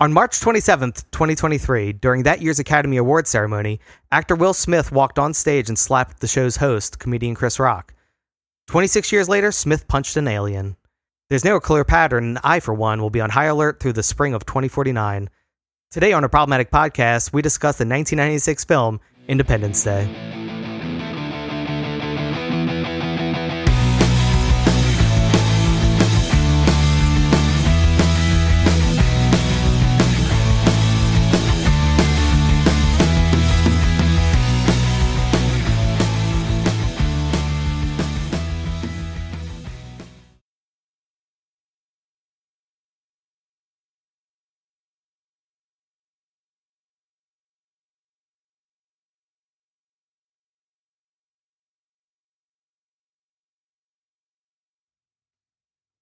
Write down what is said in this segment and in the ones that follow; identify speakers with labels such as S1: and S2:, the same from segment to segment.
S1: On March 27th, 2023, during that year's Academy Award ceremony, actor Will Smith walked on stage and slapped the show's host, comedian Chris Rock. 26 years later, Smith punched an alien. There's no clear pattern, and I, for one, will be on high alert through the spring of 2049. Today on a problematic podcast, we discuss the 1996 film Independence Day.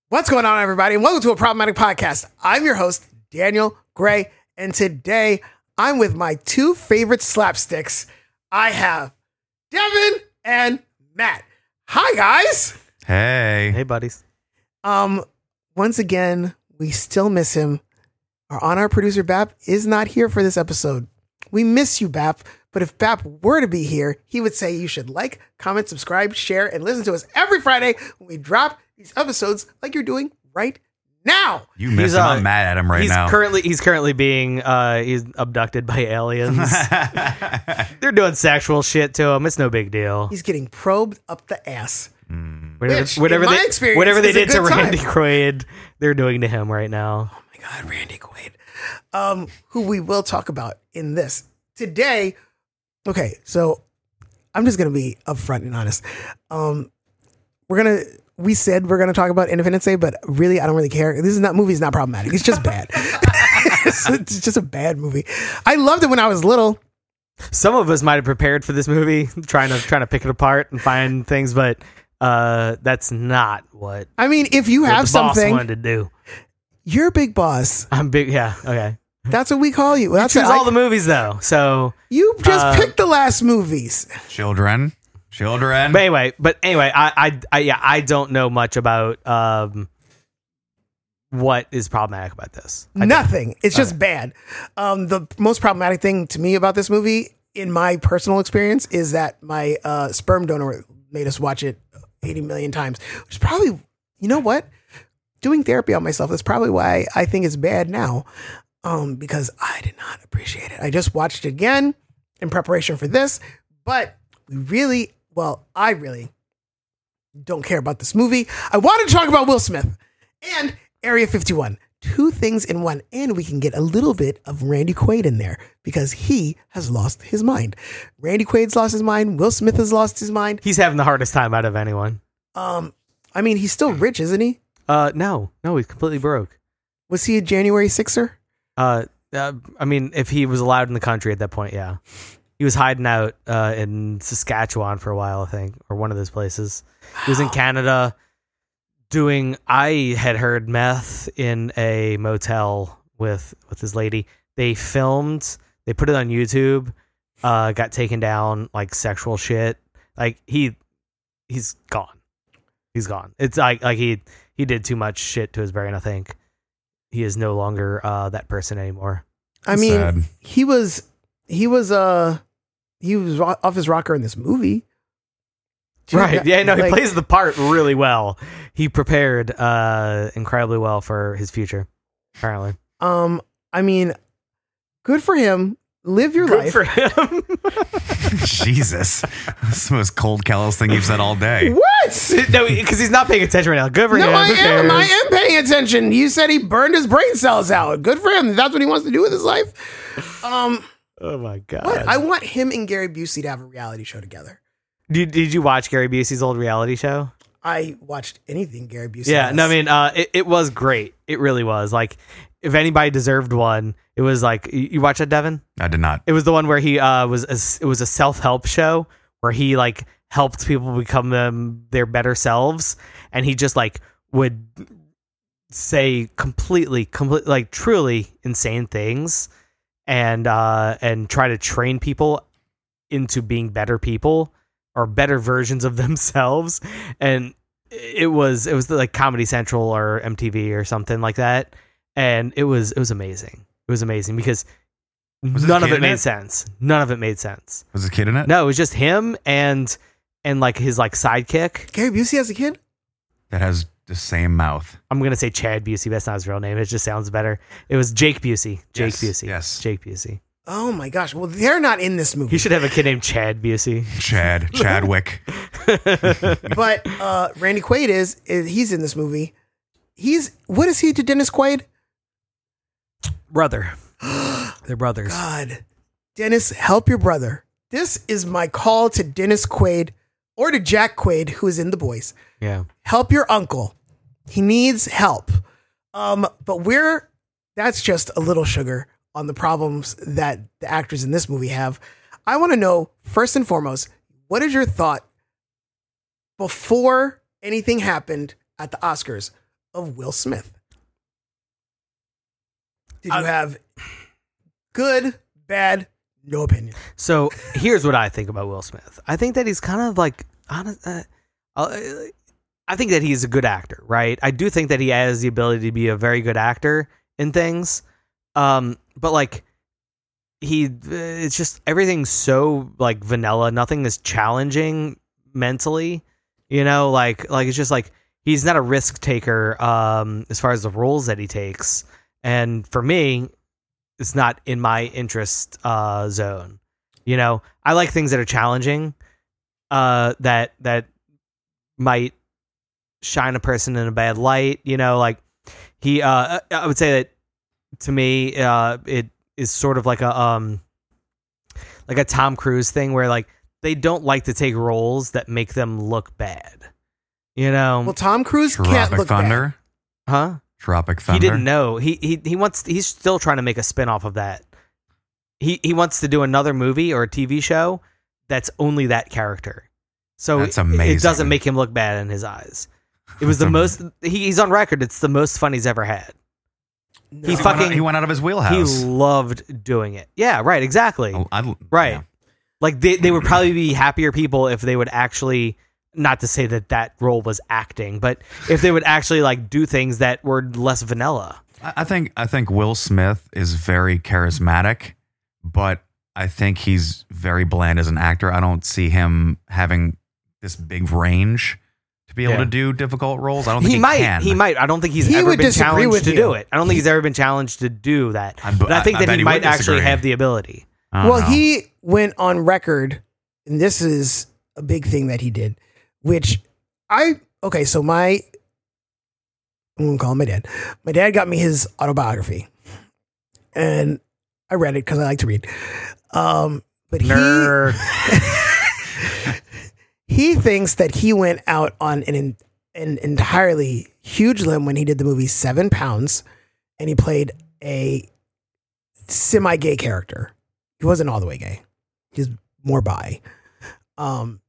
S2: What's going on, everybody? And welcome to a problematic podcast. I'm your host, Daniel Gray, and today I'm with my two favorite slapsticks. I have Devin and Matt. Hi, guys.
S3: Hey.
S1: Hey, buddies.
S2: Um, once again, we still miss him. Our on our producer Bap is not here for this episode. We miss you, Bap. But if Bap were to be here, he would say you should like, comment, subscribe, share, and listen to us every Friday when we drop these episodes like you're doing right now.
S3: You miss him.
S1: uh,
S3: I'm mad at him right
S1: he's
S3: now.
S1: currently he's currently being uh, he's abducted by aliens. They're doing sexual shit to him. It's no big deal.
S2: He's getting probed up the ass.
S1: Whatever,
S2: Which, in
S1: whatever
S2: my
S1: they,
S2: experience,
S1: whatever they
S2: is a
S1: did to
S2: good time.
S1: Randy Quaid, they're doing to him right now.
S2: my God, Randy Quaid, um, who we will talk about in this today. Okay, so I'm just gonna be upfront and honest. Um, we're gonna we said we're gonna talk about Independence Day, but really, I don't really care. This is not movie is not problematic. It's just bad. it's, it's just a bad movie. I loved it when I was little.
S1: Some of us might have prepared for this movie, trying to trying to pick it apart and find things, but uh, that's not what
S2: I mean, if you
S1: what
S2: have
S1: the boss
S2: something,
S1: wanted to do.
S2: you're big boss.
S1: I'm big. Yeah. Okay.
S2: That's what we call you. That's
S1: Choose
S2: what I-
S1: all the movies though. So,
S2: you just
S1: uh,
S2: picked the last movies.
S3: Children. Children.
S1: but anyway, but anyway, I, I, I yeah, I don't know much about um, what is problematic about this. I don't.
S2: Nothing. It's just bad. Um, the most problematic thing to me about this movie, in my personal experience, is that my uh, sperm donor made us watch it 80 million times, which is probably, you know what? Doing therapy on myself, that's probably why I think it's bad now, um, because I did not appreciate it. I just watched it again in preparation for this, but we really, well, I really don't care about this movie. I wanted to talk about Will Smith and Area 51. Two things in one. And we can get a little bit of Randy Quaid in there because he has lost his mind. Randy Quaid's lost his mind. Will Smith has lost his mind.
S1: He's having the hardest time out of anyone.
S2: Um, I mean, he's still rich, isn't he?
S1: Uh, no, no, he's completely broke.
S2: Was he a January 6er?
S1: Uh, uh, I mean, if he was allowed in the country at that point, yeah, he was hiding out uh, in Saskatchewan for a while, I think, or one of those places. He was in Canada doing. I had heard meth in a motel with with this lady. They filmed. They put it on YouTube. Uh, got taken down like sexual shit. Like he, he's gone. He's gone. It's like like he he did too much shit to his brain. I think he is no longer uh, that person anymore.
S2: I mean,
S3: Sad.
S2: he was, he was, uh, he was ro- off his rocker in this movie.
S1: Right. Yeah, no, he
S2: Like,
S1: plays the part really well. He prepared uh incredibly well for his future, apparently.
S2: Um, I mean, good for him. Live your life.
S1: Good for him.
S3: Jesus. That's the most cold, callous thing you've said all day.
S2: what?
S1: no, because he's not paying attention right now. Good for
S2: No,
S1: him.
S2: I
S1: Who
S2: am. I
S1: cares?
S2: am paying attention. You said he burned his brain cells out. Good for him. That's what he wants to do with his life. Um,
S1: Oh my god.
S2: what? I want him and Gary Busey to have a reality show together.
S1: did, did you watch Gary Busey's old reality show?
S2: I watched anything Gary Busey.
S1: Yeah,
S2: does.
S1: no, I mean, uh, it, it was great. It really was. Like, if anybody deserved one, it was like you, you watch that, Devin.
S3: I did not.
S1: It was the one where he uh, was a, it was a self help show where he like helped people become them, their better selves, and he just like would say completely, complete, like truly insane things, and uh, and try to train people into being better people or better versions of themselves, and it was it was like Comedy Central or MTV or something like that, and it was it was amazing. It was amazing because
S3: it
S1: none of it
S3: Kid in
S1: made
S3: it?
S1: sense. None of it made sense.
S3: Was this kid in it?
S1: No, it was just him and and like his like sidekick.
S2: Gary Busey as a kid?
S3: That has the same mouth.
S1: I'm gonna say Chad Busey. but That's not his real name. It just sounds better. It was Jake Busey. Jake
S3: Yes,
S1: Busey.
S3: yes.
S1: Jake Busey.
S2: Oh my gosh. Well, they're not in this movie.
S1: He should have a kid named Chad Busey.
S3: Chad. Chadwick.
S2: but uh, Randy Quaid is, is he's in this movie. He's what is he to Dennis Quaid?
S1: Brother. They're brothers.
S2: God, Dennis, help your brother. This is my call to Dennis Quaid or to Jack Quaid, who is in The Boys.
S1: Yeah.
S2: Help your uncle. He needs help. Um, but we're that's just a little sugar on the problems that the actors in this movie have. I want to know first and foremost, what is your thought before anything happened at the Oscars of Will Smith? Did you have good, bad, no opinion?
S1: So here's what I think about Will Smith. I think that he's kind of like honest. Uh, uh, I think that he's a good actor, right? I do think that he has the ability to be a very good actor in things, um, but like he, uh, it's just everything's so like vanilla. Nothing is challenging mentally, you know. Like like it's just like he's not a risk taker um, as far as the roles that he takes, and for me. It's not in my interest uh, zone you know i like things that are challenging uh that that might shine a person in a bad light you know like he uh I- i would say that to me uh it is sort of like a um like a tom cruise thing where like they don't like to take roles that make them look bad you know
S2: Well, Tom Cruise can't
S3: Tropic
S2: look bad.
S3: Thunder.
S1: huh
S3: Tropic Thunder.
S1: he didn't know. He he he wants. He's still trying to make a spin off of that. He he wants to do another movie or a TV show that's only that character. So
S3: That's
S1: it- It,
S3: amazing.
S1: doesn't make him look bad in his eyes. It was the
S3: That's
S1: most. He, he's on record. It's the most fun he's ever had.
S2: No.
S1: He
S3: He went,
S1: fucking-
S3: out, he went out of his wheelhouse. Oh,
S1: He loved doing it. Yeah. Right. Exactly.
S3: I- I-
S1: Right.
S3: yeah.
S1: Like they, they would probably be happier people if they would actually not to say that that role was acting, but if they would actually like do things that were less vanilla.
S3: I I think I think Will Smith is very charismatic, but I think he's very bland as an actor. I don't see him having this big range to be able
S1: Yeah.
S3: to do difficult roles. I don't think
S1: he,
S3: he,
S1: might.
S3: Can.
S1: He might. I don't think he's
S2: He
S1: ever
S2: would
S1: been
S2: disagree
S1: challenged
S2: with
S1: to
S2: you.
S1: do it. I don't think he's ever been challenged to do that.
S3: I-
S1: but I think
S3: I- I
S1: that
S3: bet
S1: he,
S3: he would
S1: might actually
S3: disagree.
S1: have the ability.
S3: I don't
S2: Well,
S3: know.
S2: he went on record, and this is a big thing that he did, which I okay. So my, I'm gonna call him my dad. My dad got me his autobiography, and I read it because I like to read. Um, but
S1: Nerd.
S2: he he thinks that he went out on an an entirely huge limb when he did the movie Seven Pounds, and he played a semi gay character. He wasn't all the way gay. He was more bi. Um,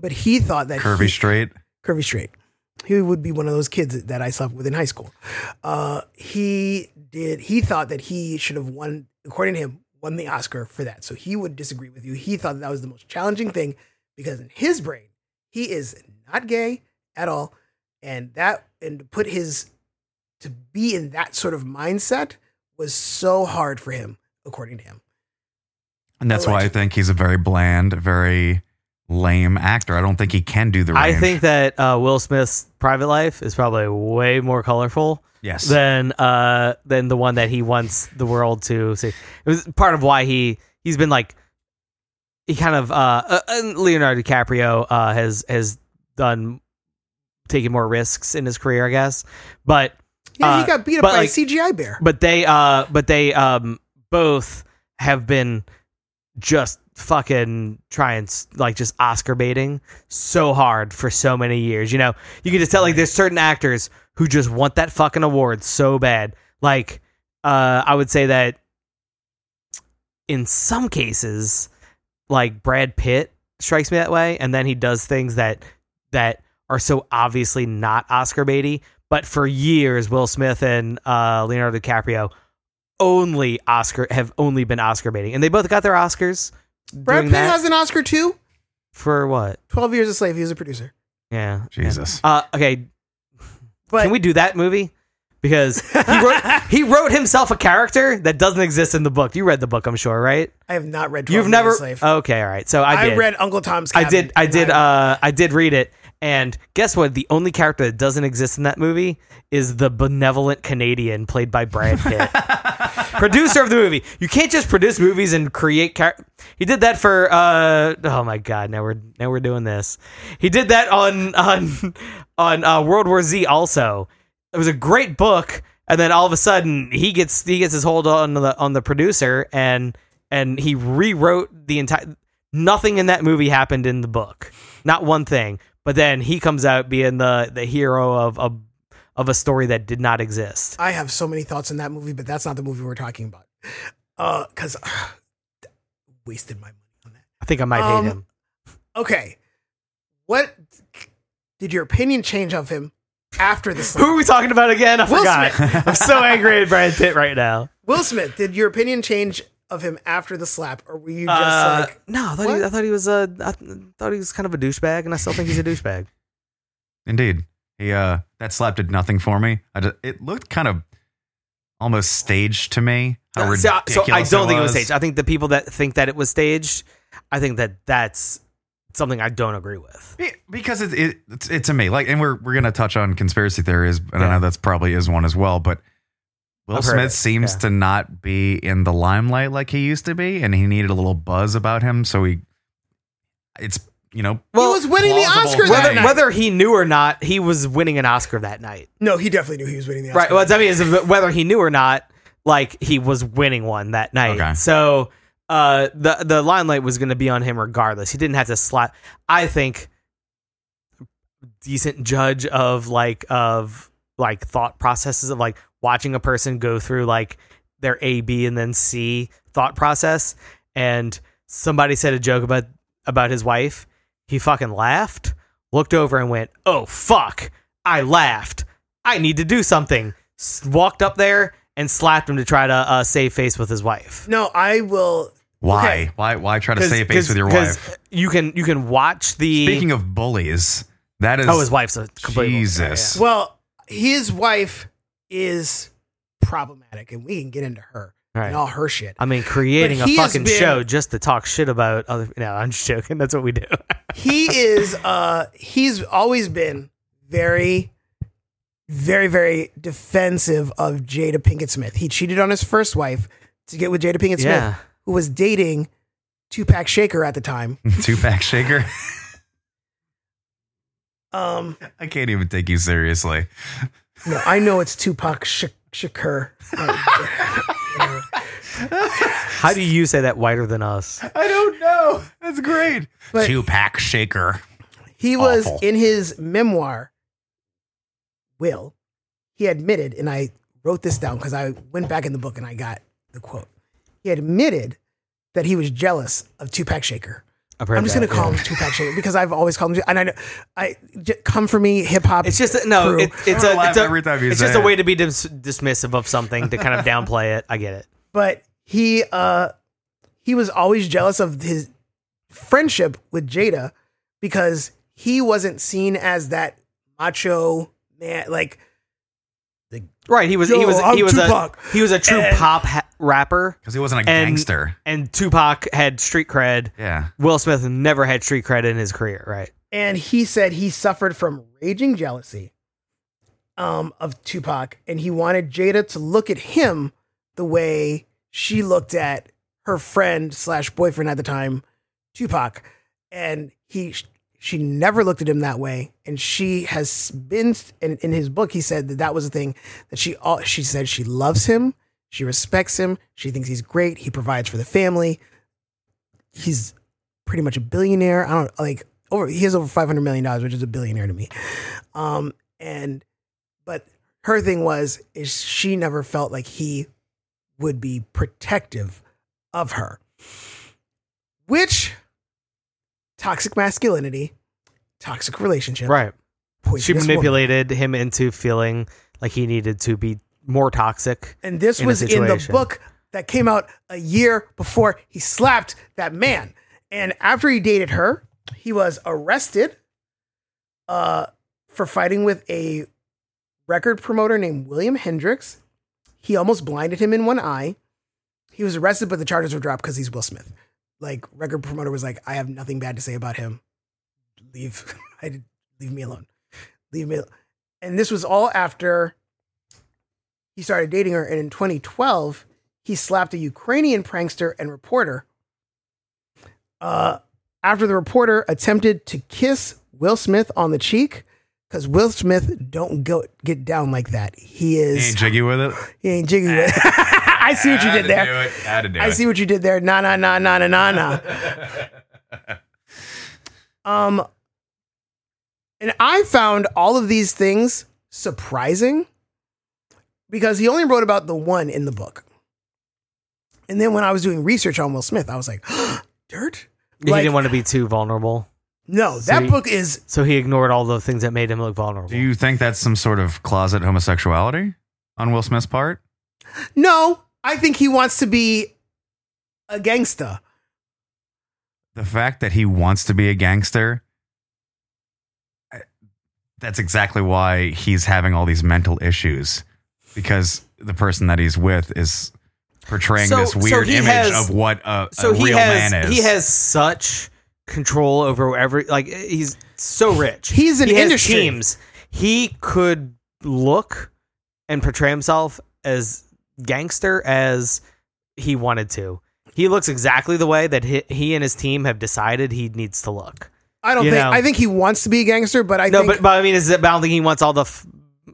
S2: but he thought that
S3: curvy
S2: he-
S3: straight.
S2: curvy straight. He would be one of those kids that I slept with in high school. Uh, he did. He thought that he should have won, according to him, won the Oscar for that. So he would disagree with you. He thought that was the most challenging thing because in his brain, he is not gay at all, and that and to put his to be in that sort of mindset was so hard for him, according to him.
S3: And that's why I think he's a very bland, very lame actor. I don't think he can do the range.
S1: I think that uh, Will Smith's private life is probably way more colorful
S3: yes.
S1: than uh, than the one that he wants the world to see. It was part of why he he's been like he kind of uh, uh, and Leonardo DiCaprio uh, has has done taking more risks in his career, I guess, but.
S2: Yeah, he
S1: Uh,
S2: got beat up
S1: but
S2: by
S1: like-
S2: a CGI bear.
S1: but they uh but they um both have been just fucking trying s- like just oscar baiting so hard for so many years you know you can just tell like there's certain actors who just want that fucking award so bad like uh i would say that in some cases like brad pitt strikes me that way and then he does things that that are so obviously not oscar baity but for years will smith and uh, leonardo dicaprio only oscar have only been oscar baiting and they both got their oscars
S2: Brad
S1: doing
S2: Pitt
S1: that
S2: has an Oscar too.
S1: for what
S2: Twelve Years a Slave. He was a producer.
S1: yeah yeah.
S3: Jesus.
S1: uh, okay
S2: But
S1: can we do that movie because he wrote he wrote himself a character that doesn't exist in the book. You read the book, I'm sure, right?
S2: I have not read. 12
S1: You've
S2: Men
S1: never
S2: a Slave.
S1: okay, all right. So I
S2: I,
S1: did.
S2: read Uncle Tom's.
S1: I
S2: Cabin
S1: did. I
S2: and
S1: did. Uh, I did read it. And guess what? The only character that doesn't exist in that movie is the benevolent Canadian played by Brad Pitt, producer of the movie. You can't just produce movies and create. Char- he did that for. Uh, oh my god! Now we're now we're doing this. He did that on on on uh, World War Z. Also, it was a great book. And then all of a sudden, he gets he gets his hold on the on the producer and and he rewrote the entire nothing in that movie happened in the book. Not one thing. But then he comes out being the the hero of a of a story that did not exist.
S2: I have so many thoughts on that movie, but that's not the movie we're talking about. Uh, because wasted my money on that.
S1: I think I might
S2: Um,
S1: hate him.
S2: Okay, what did your opinion change of him after the
S1: Who
S2: slap?
S1: are we talking about again? I
S2: Will
S1: forgot. I'm so angry at Brad Pitt right now.
S2: Will Smith? Did your opinion change of him after the slap, or were you just
S1: Uh,
S2: like,
S1: no, I thought, he,
S2: what?
S1: I thought he was a I th- thought he was kind of a douchebag, and I still think he's a douchebag.
S3: Indeed. He uh that slap did nothing for me. I just, it looked kind of almost staged to me. How
S1: Uh, so, so I
S3: ridiculous
S1: don't think it was
S3: was.
S1: staged. I think the people that think that it was staged, I think that that's something I don't agree with.
S3: Be- because it, it it's, it's to me like and we're we're gonna touch on conspiracy theories and
S1: Yeah.
S3: i know that's probably is one as well but will
S1: I've heard
S3: smith
S1: it,
S3: seems
S1: yeah.
S3: to not be in the limelight like he used to be and he needed a little buzz about him so he it's you know
S2: he was winning the
S3: plausible
S2: Oscar that
S3: thing.
S1: whether,
S2: night?
S1: whether he knew or not, he was winning an Oscar that night.
S2: no, he definitely knew he was winning the Oscar.
S1: Right. Well, I mean, is whether he knew or not, like he was winning one that night.
S3: Okay.
S1: So uh, the the limelight was going to be on him regardless. He didn't have to slap. I think decent judge of like of like thought processes of like watching a person go through like their A B and then C thought process. And somebody said a joke about about his wife. He fucking laughed, looked over and went, "Oh fuck." I laughed. I need to do something. S- walked up there and slapped him to try to uh, save face with his wife.
S2: no, I will.
S3: why
S2: Okay.
S3: why why try to
S1: 'Cause-
S3: save face
S1: 'cause-
S3: with your
S1: 'cause
S3: wife
S1: You can you can watch the
S3: speaking of bullies that is
S1: oh his wife's a complete
S3: jesus
S2: Well, his wife is problematic, and we can get into her
S1: All
S2: and
S1: right.
S2: all her shit.
S1: I mean, creating
S2: But
S1: a
S2: he has
S1: fucking
S2: been-
S1: show just to talk shit about other. No, I'm just joking. That's what we do.
S2: he is uh he's always been very very very defensive of Jada Pinkett Smith. He cheated on his first wife to get with Jada Pinkett
S1: Yeah.
S2: Smith who was dating Tupac Shaker at the time.
S3: two pack shaker
S2: Um
S3: i can't even take you seriously
S2: no, I know it's Tupac Sh- Shakur. Uh,
S1: How do you say that whiter than us?
S3: i don't know that's great
S2: But-
S3: two pack shaker
S2: he was
S3: Awful.
S2: in his memoir Will he admitted and I wrote this down cuz I went back in the book and I got the quote. He admitted that he was jealous of Tupac Shaker.
S1: I've heard
S2: I'm just
S1: that,
S2: gonna call
S1: yeah.
S2: him Tupac Shaker because I've always called him. Tupac- And I know, I j- come for me, hip hop.
S1: It's just no.
S2: crew.
S1: It, it's
S3: I'm gonna
S1: a.
S3: laugh
S1: It's, a,
S3: every time you
S1: it's
S3: say
S1: just a
S3: it.
S1: way to be dis- dismissive of something to kind of downplay it. I get it.
S2: but he uh he was always jealous of his friendship with Jada because he wasn't seen as that macho man. Like
S1: Right. He was.
S2: Yo,
S1: he was.
S2: I'm
S1: he was
S2: Tupac.
S1: a. He was a true
S2: And-
S1: pop ha- rapper.
S3: because he wasn't a
S1: And-
S3: gangster
S1: and Tupac had street cred.
S3: yeah
S1: Will Smith never had street cred in his career, right?
S2: and he said he suffered from raging jealousy um, of Tupac, and he wanted Jada to look at him the way she looked at her friend slash boyfriend at the time, Tupac, and he she never looked at him that way, and she has been in, in his book. He said that that was the thing that she all she said she loves him, she respects him, she thinks he's great, he provides for the family, he's pretty much a billionaire. I don't like over he has over five hundred million dollars, which is a billionaire to me. Um, and but her thing was is she never felt like he would be protective of her, which toxic masculinity, toxic relationship,
S1: Right. She
S2: poisonous woman.
S1: manipulated him into feeling like he needed to be more toxic.
S2: And this
S1: in a
S2: was in the
S1: situation.
S2: book that came out a year before he slapped that man. And after he dated her, he was arrested uh, for fighting with a record promoter named William Hendricks. He almost blinded him in one eye. He was arrested, but the charges were dropped because he's Will Smith. Like record promoter was like, I have nothing bad to say about him. Leave, I leave me alone. Leave me. al-" And this was all after he started dating her, and in 2012 he slapped a Ukrainian prankster and reporter. Uh, after the reporter attempted to kiss Will Smith on the cheek, because Will Smith don't go get down like that. He
S3: He
S2: is
S3: ain't jiggy with it.
S2: he ain't jiggy. with it. I see what you
S3: Had
S2: did
S3: to
S2: there.
S3: do it. Had to do
S2: I
S3: it.
S2: see what you did there. Nah, nah, nah, nah, nah, nah, nah. Um, and I found all of these things surprising because he only wrote about the one in the book. And then when I was doing research on Will Smith, I was like, dirt?
S1: He
S2: Like-
S1: didn't want to be too vulnerable,
S2: No,
S1: So
S2: that
S1: he-
S2: book is
S1: so he ignored all the things that made him look vulnerable.
S3: Do you think that's some sort of closet homosexuality on Will Smith's part?
S2: no. I think he wants to be a gangsta.
S3: The fact that he wants to be a gangster, I- that's exactly why he's having all these mental issues because the person that he's with is portraying
S1: So-
S3: this
S1: so
S3: weird
S1: he
S3: image
S1: has-
S3: of what a,
S1: so
S3: a
S1: he
S3: real
S1: has
S3: man is.
S1: he has such control over every like he's so rich.
S2: He's an
S1: he has
S2: industry.
S1: teams. He could look and portray himself as gangster as he wanted to. He looks exactly the way that he, he and his team have decided he needs to look.
S2: I don't
S1: You
S2: think
S1: know.
S2: I think he wants to be a gangster, but I
S1: no,
S2: think
S1: but, but I mean, is it, but I don't think he wants all the f-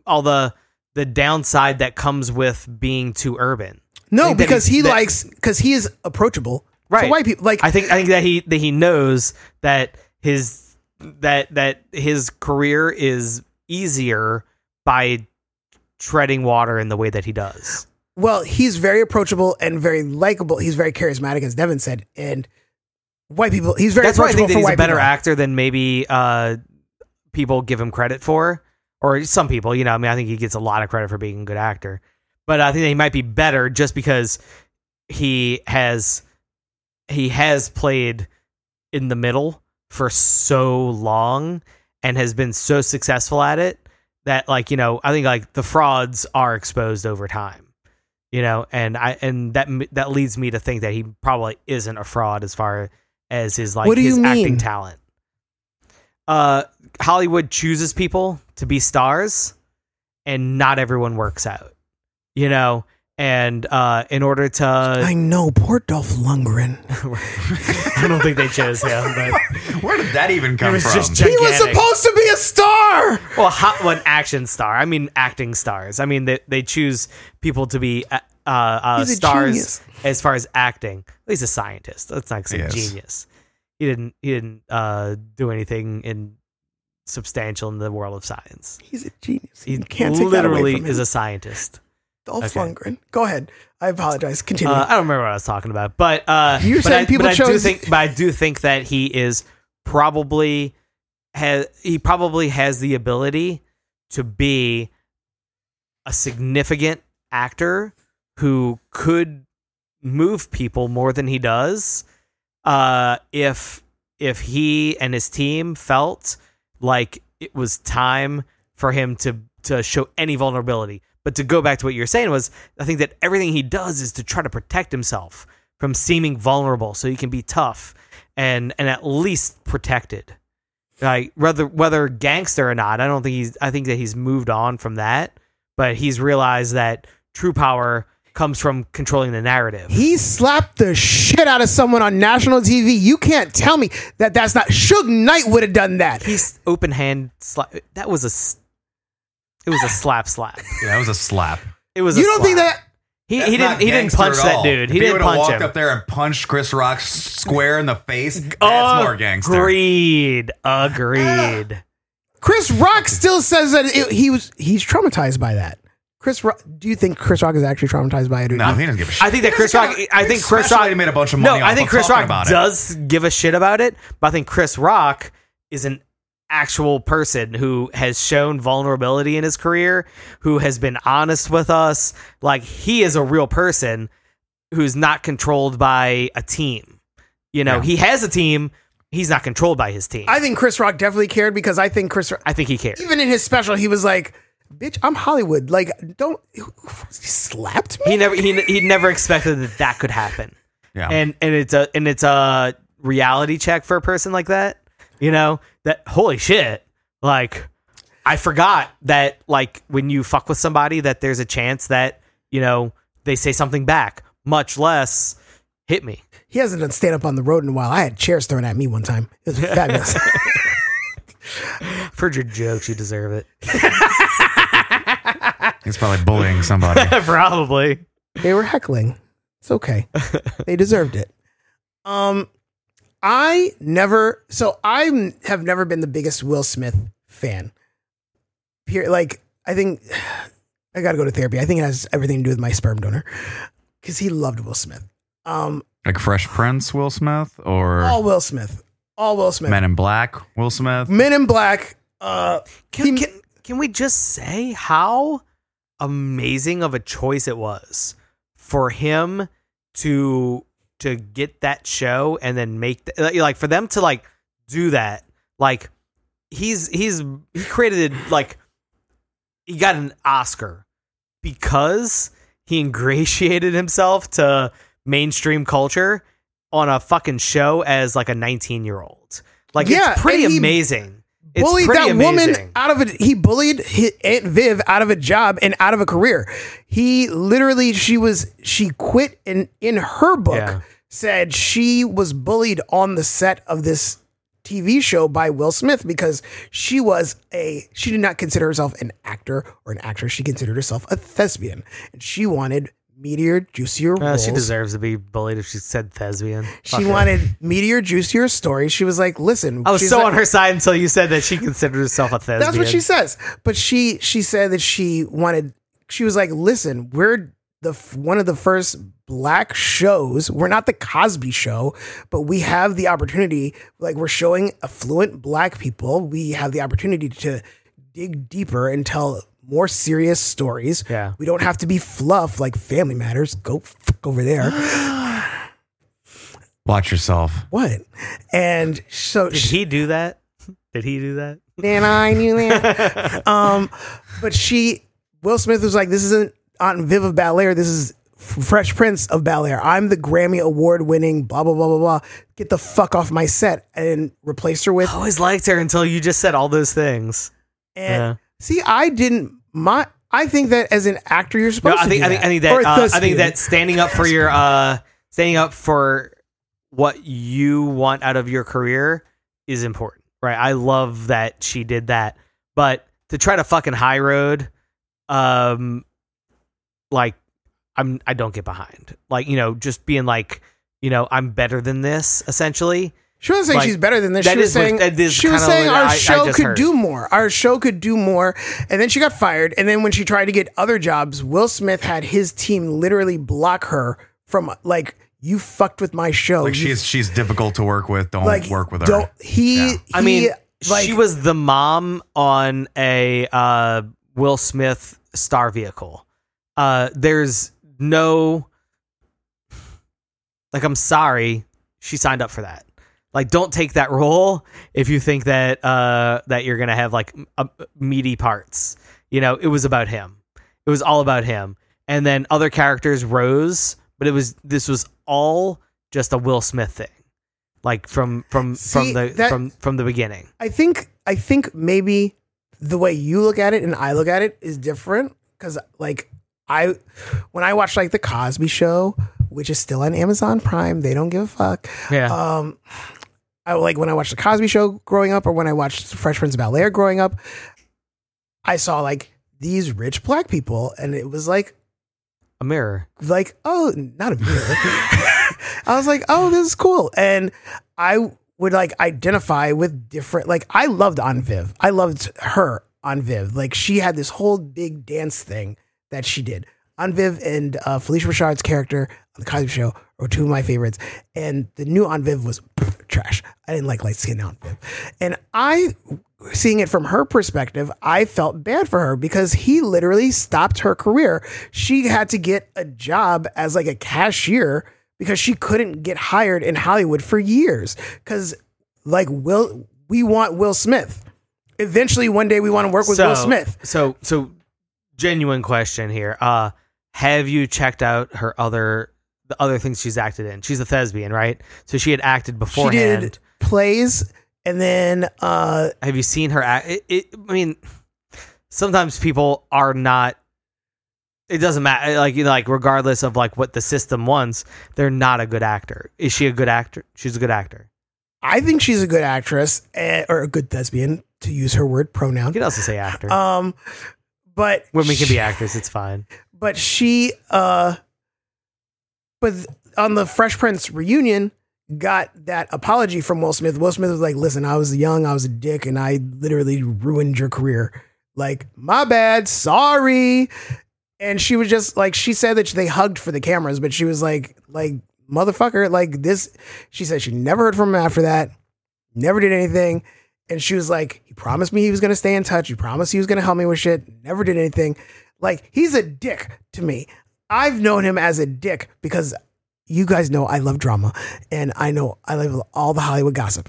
S1: all the the downside that comes with being too urban.
S2: no,
S1: think that
S2: because
S1: he-
S2: he
S1: that-
S2: likes because he is approachable to
S1: Right.
S2: white people. Like
S1: I think I think that he that he knows that his that that his career is easier by treading water in the way that he does.
S2: Well, he's very approachable and very likable. He's very charismatic, as Devin said. And white people, he's very
S1: That's why I
S2: approachable
S1: think that
S2: for
S1: he's a
S2: white
S1: better
S2: people.
S1: actor than maybe uh, people give him credit for, or some people. You know, I mean, I think he gets a lot of credit for being a good actor, but I think that he might be better just because he has he has played in the middle for so long and has been so successful at it that like you know i think like the frauds are exposed over time you know and i and that m- that leads me to think that he probably isn't a fraud as far as his like
S2: What do
S1: his
S2: you mean?
S1: acting talent uh hollywood chooses people to be stars and not everyone works out you know and uh in order to
S2: I know poor Dolph Lundgren.
S1: I don't think they chose him, but
S3: Where did that even come
S1: was
S3: from?
S1: just
S2: He was
S1: Gigantic.
S2: supposed to be a star.
S1: well, hot one action star. I mean, acting stars. I mean, they they choose people to be uh, uh, uh,
S2: He's a
S1: stars
S2: genius.
S1: as far as acting. He's a scientist. That's not say
S3: Yes.
S1: genius. He didn't he didn't uh, do anything in substantial in the world of science.
S2: He's a genius.
S1: He
S2: You can't take that away
S1: literally
S2: from him.
S1: is a scientist.
S2: Dolph
S1: okay.
S2: Lundgren. Go ahead. I apologize. Continue.
S1: Uh, I don't remember what I was talking about, but uh,
S2: You were
S1: but
S2: saying
S1: I,
S2: people
S1: but I do
S2: chose-
S1: think, but I do think that he is probably has he probably has the ability to be a significant actor who could move people more than he does uh, if if he and his team felt like it was time for him to to show any vulnerability. But to go back to what you were saying was, I think that everything he does is to try to protect himself from seeming vulnerable, so he can be tough and and at least protected. Like whether whether gangster or not, I don't think he's. I think that he's moved on from that, but he's realized that true power comes from controlling the narrative.
S2: he slapped the shit out of someone on national TV. You can't tell me that that's not. Suge Knight would have done that.
S1: He's open hand slap. That was a. s- It was a slap slap.
S3: yeah, that was a slap.
S1: It was.
S2: you
S1: a
S2: don't think
S1: slap.
S2: that?
S1: he,
S3: That's
S1: he
S3: not
S1: didn't he didn't
S3: gangster
S1: punch
S3: at
S1: that
S3: all.
S1: dude.
S3: If
S1: He didn't
S3: would've
S1: punch
S3: walked
S1: him.
S3: up there and punched Chris Rock s- square in the face.
S1: Oh,
S3: That's more gangster.
S1: Agreed. Agreed.
S2: Chris Rock still says that it, he was he's traumatized by that. Chris Rock, do you think Chris Rock is actually traumatized by it? or
S3: No,
S2: not?
S3: he doesn't give a shit.
S1: I think that Chris
S3: He's got
S1: Rock.
S3: a-
S1: I think Chris
S3: especially
S1: Rock
S3: made a bunch of
S1: No,
S3: money. off
S1: I think
S3: of
S1: Chris
S3: talking
S1: Rock
S3: about it.
S1: does give a shit about it, but I think Chris Rock is an actual person who has shown vulnerability in his career, who has been honest with us. Like he is a real person who's not controlled by a team. You know,
S3: Yeah.
S1: he has a team. He's not controlled by his team. I,
S2: I think Chris Rock definitely cared because I think Chris Rock,
S1: think he cares.
S2: even in his special, he was like, bitch, I'm Hollywood. Like, don't he slapped me.
S1: He never he, he never expected that that could happen.
S3: Yeah.
S1: and and it's a and it's a reality check for a person like that you know that holy shit like i forgot that like when you fuck with somebody that there's a chance that you know they say something back much less hit me
S2: He hasn't done stand up on the road in a while. I had chairs thrown at me one time. It was fabulous.
S1: for your jokes you deserve it
S3: He's probably bullying somebody.
S1: probably
S2: they were heckling. It's okay. they deserved it. Um, I never. So I have never been the biggest Will Smith fan. Here, like I think I got to go to therapy. I think it has everything to do with my sperm donor because he loved Will Smith. Um,
S3: like Fresh Prince Will Smith
S1: Oh,
S3: or
S2: all Will Smith, all Will Smith, Men,
S3: Men in Black Will Smith.
S2: in Black. Uh,
S1: can,
S2: He-
S1: can, can we just say how amazing of a choice it was for him to to get that show and then make th- like- like for them to like do that like he's he's he created like he got an oscar because he ingratiated himself to mainstream culture on a fucking show as like a 19 year old like
S2: Yeah,
S1: it's pretty
S2: and he
S1: amazing it's
S2: bullied
S1: pretty
S2: that
S1: amazing.
S2: woman out of it. He bullied his Aunt Viv out of a job and out of a career. He literally, she was, she quit and in her book
S1: Yeah.
S2: said she was bullied on the set of this TV show by Will Smith because she was a, she did not consider herself an actor or an actress. She considered herself a thespian and she wanted meatier, juicier
S1: Uh,
S2: roles.
S1: she deserves to be bullied if she said thespian. Fuck
S2: She
S1: her.
S2: wanted meatier, juicier stories. She was like, listen,
S1: I was
S2: she's
S1: so
S2: not-
S1: on her side until you said that she considered herself a thespian.
S2: That's what she says. But she she said that she wanted. She was like, "Listen, we're the f- one of the first black shows. We're not the Cosby Show, but we have the opportunity. Like we're showing affluent black people. We have the opportunity to dig deeper and tell." More serious stories.
S1: Yeah.
S2: We don't have to be fluff like Family Matters. Go fuck over there.
S3: Watch yourself.
S2: what? And so
S1: Did he do that? Did he do that?
S2: Then I knew that. um, but she, Will Smith was like, this isn't Aunt Viv of Bel Air. This is Fresh Prince of Bel Air. I'm the Grammy award winning, blah, blah, blah, blah, blah. Get the fuck off my set and replace her with.
S1: I always liked her until you just said all those things.
S2: And
S1: Yeah.
S2: see, I didn't, my, I think that as an actor, you're
S1: No,
S2: supposed
S1: I
S2: to
S1: think
S2: do
S1: I think I think that
S2: Or a
S1: uh, I
S2: thespian.
S1: think that standing up for your uh standing up for what you want out of your career is important. Right? I love that she did that. But to try to fucking high road um like I'm I don't get behind. Like, you know, just being like, you know, I'm better than this essentially.
S2: She wasn't saying
S1: Like,
S2: she's better than this.
S1: that
S2: She was
S1: is what-
S2: saying
S1: that is
S2: she was
S1: kinda
S2: saying
S1: what
S2: our
S1: I- I
S2: show
S1: just
S2: could
S1: heard.
S2: do more. Our show could do more. And then she got fired. And then when she tried to get other jobs, Will Smith had his team literally block her from like you fucked with my
S1: Oh,
S2: show.
S3: Like
S2: You-
S3: she's she's difficult to work with. Don't
S2: like,
S3: work with her.
S2: Don't he?
S3: Yeah.
S1: I
S2: he,
S1: mean,
S2: like
S1: she was the mom on a uh, Will Smith star vehicle. Uh, there's no, like, I'm sorry, she signed up for that. Like, don't take that role if you think that uh, that you're gonna have like m- uh, meaty parts. You know, it was about him. It was all about him. And then other characters rose, but it was this was all just a Will Smith thing. Like from from
S2: See,
S1: from the
S2: that-
S1: from from the beginning.
S2: I think I think maybe the way you look at it and I look at it is different because like I when I watch like the Cosby Show, which is still on Amazon Prime, they don't give a fuck.
S1: Yeah.
S2: Um, I like when I watched the Cosby Show growing up, or when I watched Fresh Prince of Bel Air growing up. I saw like these rich black people, and it was like
S1: a mirror.
S2: like oh not a mirror i was like oh this is cool and i would like identify with different like i loved on viv i loved her on viv like she had this whole big dance thing that she did on viv and uh, felicia richard's character on the cosby show are two of my favorites and the new on viv was trash i didn't like light skin on viv and i seeing it from her perspective, I felt bad for her because he literally stopped her career. She had to get a job as like a cashier because she couldn't get hired in Hollywood for years. Because like Will, we want Will Smith. Eventually, one day we want to work with Will Smith.
S1: So so genuine question here. Uh, have you checked out her other the other things she's acted in? She's a thespian, right? So she had acted
S2: She
S1: beforehand.
S2: did plays and then uh,
S1: Have you seen her act? It, it, I mean, sometimes people are not. It doesn't matter. Like you know, like regardless of like what the system wants, they're not a good actor. Is she a good actor? She's a good actor.
S2: I think she's a good actress eh, or a good thespian to use her word
S1: You
S2: pronoun.
S1: can also say actor.
S2: Um, but
S1: Women can
S2: she-
S1: be actors. It's fine.
S2: but she uh but th- on the fresh prince reunion got that apology from will smith will smith was like listen i was young i was a dick and i literally ruined your career like my bad sorry and she was just like she said that they hugged for the cameras but she was like like motherfucker like this she said she never heard from him after that never did anything and she was like he promised me he was going to stay in touch he promised he was going to help me with shit never did anything like he's a dick to me. I've known him as a dick because you guys know I love drama and I know I love all the Hollywood gossip.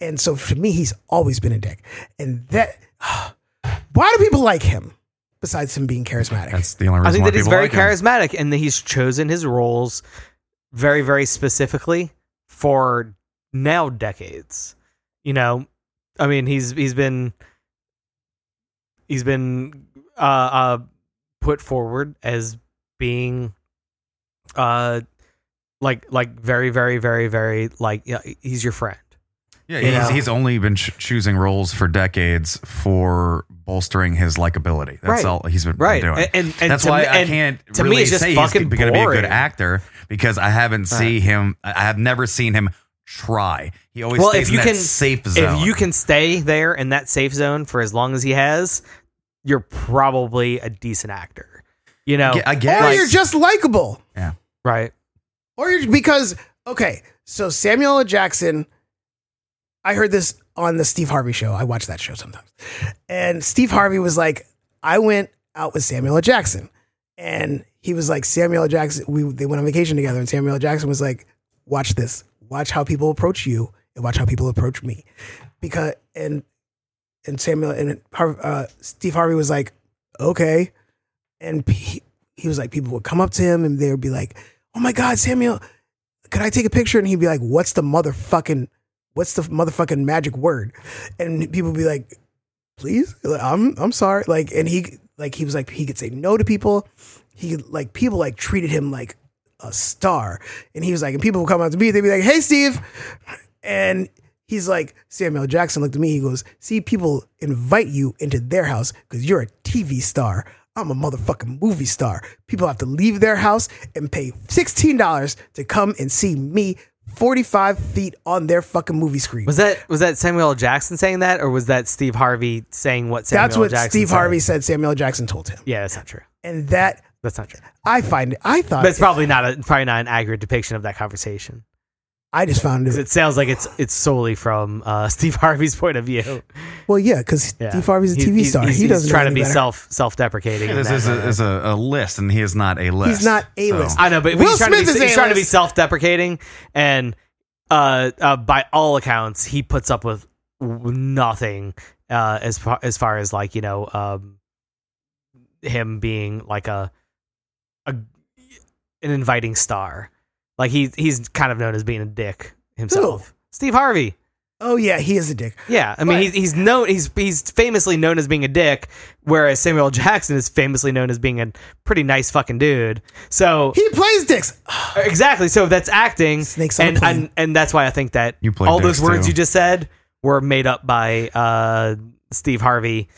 S2: And so for me, he's always been a dick. And that why do people like him besides him being charismatic?
S3: That's the only reason
S1: I think
S3: why
S1: that he's
S3: people
S1: very
S3: like him.
S1: charismatic and that he's chosen his roles very, very specifically for now decades. You know, I mean, he's he's been he's been uh, uh, put forward as being uh like like very very very very like you know, he's your friend.
S3: Yeah,
S1: You
S3: he's,
S1: know?
S3: he's only been ch- choosing roles for decades for bolstering his likability.
S1: Right.
S3: That's all he's been, been
S1: Right.
S3: doing.
S1: And, and, and
S3: That's
S1: to
S3: why
S1: me-
S3: I
S1: and
S3: can't
S1: to me,
S3: really
S1: it's just
S3: say he's
S1: fucking
S3: going to be a good
S1: boring.
S3: actor because I haven't seen him. I I have never seen him try. He always
S1: Well,
S3: stays
S1: if you
S3: in
S1: can-
S3: that safe zone.
S1: If you can stay there in that safe zone for as long as he has, you're probably a decent actor. You know,
S3: I
S2: or
S3: guess.
S2: you're just likable.
S1: right?
S2: Or you're because okay, so Samuel L. Jackson, I heard this on the Steve Harvey show. I watch that show sometimes. And Steve Harvey was like, I went out with Samuel L. Jackson. And he was like, Samuel L. Jackson, we they went on vacation together, and Samuel L. Jackson was like, watch this. Watch how people approach you and watch how people approach me. Because and and Samuel and Harvey, uh, Steve Harvey was like, okay. And he, he was like, people would come up to him and they would be like, oh my God, Samuel, could I take a picture? And he'd be like, what's the motherfucking, what's the motherfucking magic word? And people would be like, please, Like, I'm, I'm sorry. Like, and he, like, he was like, he could say no to people. He, like, people like treated him like a star. And he was like, and people would come up to me, they'd be like, hey, Steve. And he's like, Samuel Jackson looked at me, he goes, see, people invite you into their house because you're a TV star. I'm a motherfucking movie star. People have to leave their house and pay $16 to come and see me 45 feet on their fucking movie screen.
S1: Was that was that Samuel L. Jackson saying that, or was that Steve Harvey saying what Samuel
S2: That's what
S1: Jackson
S2: Steve
S1: said?
S2: Harvey said Samuel L. Jackson told him.
S1: Yeah, that's not true.
S2: And that,
S1: That's not true.
S2: I find it, I thought,
S1: But it's probably not a probably not an accurate depiction of that conversation.
S2: I just found
S1: 'Cause
S2: it.
S1: It sounds like it's it's solely from uh, Steve Harvey's point of view.
S2: Well, yeah, because
S1: Yeah.
S2: Steve Harvey's a
S1: He-
S2: TV
S1: he's-
S2: star.
S1: He's,
S2: he
S1: he's
S2: doesn't
S1: trying
S2: know
S1: to be
S2: any better.
S1: self self deprecating.
S3: Yeah, this is, a, is a, a list, and he is not a list.
S2: not a list.
S1: I know, but
S2: Will
S1: he's, trying to, be,
S2: Smith is
S1: he's trying to be
S2: A-list.
S1: self-deprecating, and uh, uh, by all accounts, he puts up with nothing uh, as far as far as like you know um, him being like a, a an inviting star. Like he he's kind of known as being a dick himself. Steve Harvey.
S2: Oh, yeah, he is a dick.
S1: Yeah, I mean
S2: But-
S1: he's he's known he's he's famously known as being a dick, whereas Samuel L. Jackson is famously known as being a pretty nice fucking dude. So
S2: He plays dicks.
S1: Exactly. So that's acting,
S2: Snakes on a
S1: and,
S2: plane.
S1: and and that's why I think that
S3: You play
S1: all
S3: dicks,
S1: those words
S3: too.
S1: you just said were made up by uh, Steve Harvey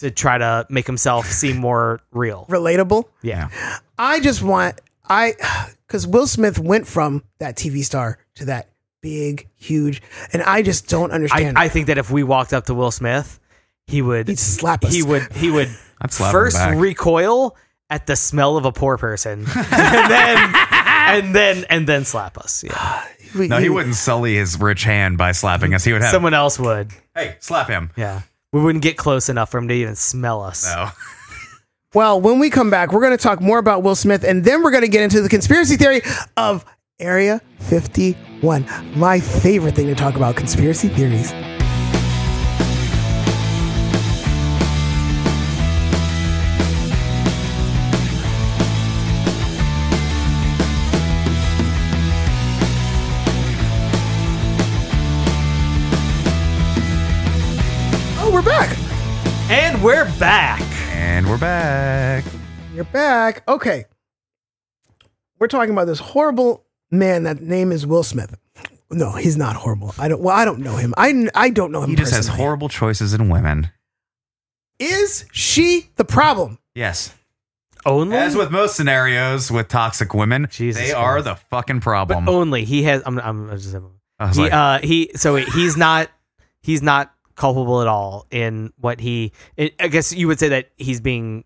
S1: to try to make himself seem more real.
S2: Relatable.
S1: Yeah.
S2: I just want I because Will Smith went from that TV star to that big, huge, and I just don't
S1: I,
S2: understand.
S1: I think that if we walked up to Will Smith, he would
S2: He'd slap us.
S1: he would he would
S3: I'd slap him
S1: first
S3: back.
S1: recoil at the smell of a poor person, and then and then and then slap us. Yeah.
S2: We-
S3: No, he
S2: you-
S3: wouldn't sully his rich hand by slapping us. He would have
S1: Someone else would.
S3: Hey, slap him.
S1: Yeah. We wouldn't get close enough for him to even smell us.
S3: No.
S2: Well, when we come back, we're going to talk more about Will Smith, and then we're going to get into the conspiracy theory of Area 51. My favorite thing to talk about conspiracy theories. Oh, we're back.
S1: And we're back.
S3: And we're back.
S2: You're back. Okay. We're talking about this horrible man that name is Will Smith. No, he's not horrible. I don't well, I don't know him. I, I don't know him.
S3: He just has
S2: personally.
S3: horrible choices in women.
S2: Is she the problem?
S3: Yes.
S1: Only
S3: As with most scenarios with toxic women,
S1: Jesus
S3: they are
S1: Christ.
S3: the fucking
S1: but
S3: problem.
S1: only he has. I'm. I'm, I'm just.
S3: Um, I was
S1: he,
S3: like,
S1: uh, he. So wait, he's not. He's not culpable at all in what he. I I guess you would say that he's being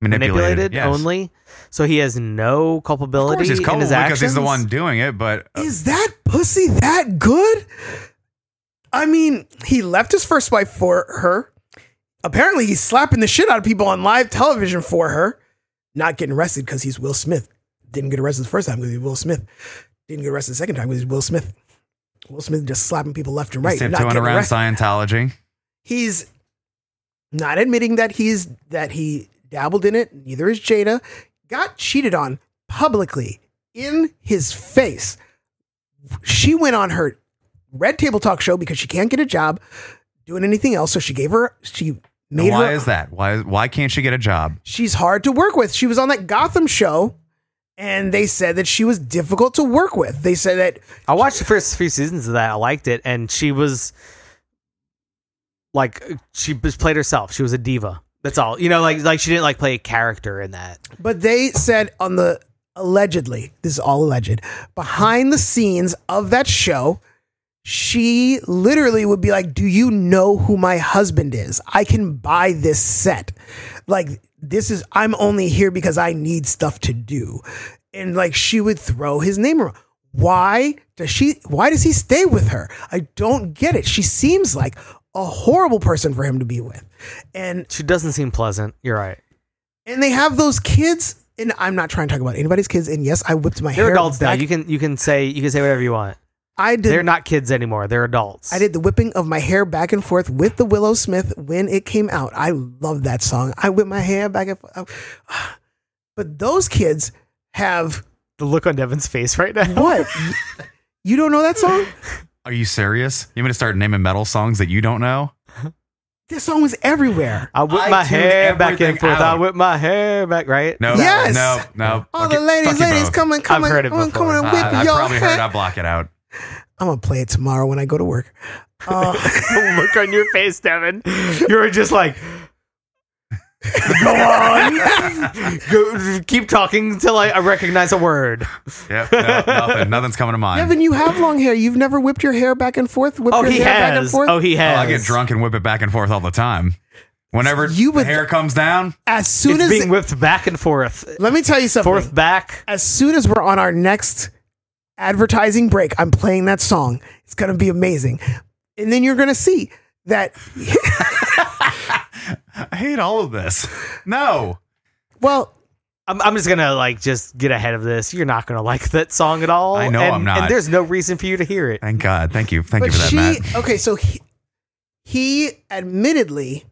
S1: manipulated,
S3: manipulated, yes.
S1: only. So he has no
S3: Of
S1: culpability
S3: course, he's
S1: in
S3: culpable
S1: his
S3: because
S1: actions.
S3: he's the one doing it. But uh,
S2: Is that pussy that good? I mean, he left his first wife for her. Apparently, he's slapping the shit out of people on live television for her. Not getting arrested because he's Will Smith. Didn't get arrested the first time because he's Will Smith. Didn't get arrested the second time because he's Will Smith. Will Smith just slapping people left and right.
S3: he's
S2: not
S3: tiptoeing
S2: getting
S3: around
S2: arrested.
S3: Scientology.
S2: He's not admitting that he's that he dabbled in it. Neither is Jada. Got cheated on publicly in his face. She went on her red table talk show because she can't get a job doing anything else. So she gave her she
S3: And
S2: made
S3: why
S2: her
S3: is that? Why why can't she get a job?
S2: she's hard to work with. She was on that Gotham show and they said that she was difficult to work with. They said that
S1: I watched the first few seasons of that. I liked it, and she was like she just played herself. She was a diva. That's all. You know, like like she didn't like play a character in that.
S2: But they said on the allegedly, this is all alleged, behind the scenes of that show, she literally would be like, Do you know who my husband is? I can buy this set. Like, this is, I'm only here because I need stuff to do. And like, she would throw his name around. Why does she, why does he stay with her? I don't get it. She seems like a horrible person for him to be with. And
S1: She doesn't seem pleasant. You're right.
S2: and they have those kids. And I'm not trying to talk about anybody's kids. And yes, I whipped my
S1: They're
S2: hair.
S1: adults now.
S2: back.
S1: You can you can say you can say whatever you want.
S2: I did.
S1: They're not kids anymore. They're adults.
S2: I did the whipping of my hair back and forth with the Willow Smith when it came out. I love that song. I whip my hair back and forth. But those kids have
S1: the look on Devin's face right now.
S2: what? you don't know that song?
S3: Are you serious? You want me to start naming metal songs that you don't know?
S2: That song was everywhere.
S1: I whip
S3: I
S1: my
S3: tuned
S1: hair back
S3: everything
S1: and forth. I
S3: out.
S1: whip my hair back. Right?
S3: No,
S2: Yes! Oh,
S3: no, no.
S2: All
S3: Okay,
S2: the ladies,
S3: fuck you
S2: ladies,
S3: both.
S2: come on, come on,
S1: heard it
S2: come on, come
S1: before.
S2: on,
S3: Uh,
S2: whip
S3: I
S2: your
S3: probably heard.
S2: hair.
S3: I block it out.
S2: I'm gonna play it tomorrow when I go to work. Uh,
S1: The look on your face, Devin. You were just like,
S2: go on.
S1: go, keep talking until I, I recognize a word.
S3: Yep, no, nothing. Nothing's coming to mind.
S2: Evan, you have long hair. You've never whipped your hair back and forth. Whipped
S1: Oh,
S2: your
S1: he
S2: hair back and
S1: has.
S2: forth.
S1: Oh, he
S3: Oh,
S1: has.
S3: I get drunk and whip it back and forth all the time. Whenever
S2: You would-
S3: the hair comes down,
S2: as soon
S1: It's
S2: as
S1: being whipped back and forth,
S2: let me tell you something.
S1: forth back.
S2: As soon as we're on our next advertising break, I'm playing that song. It's gonna be amazing, and then you're gonna see that.
S3: I hate all of this. No,
S2: Well,
S1: I'm, I'm just gonna like just get ahead of this. You're not gonna like that song at all.
S3: I know
S1: and,
S3: I'm not.
S1: And there's no reason for you to hear it.
S3: thank God. Thank you. Thank
S2: but
S3: you for that,
S2: she.
S3: Matt.
S2: Okay, so he, he admittedly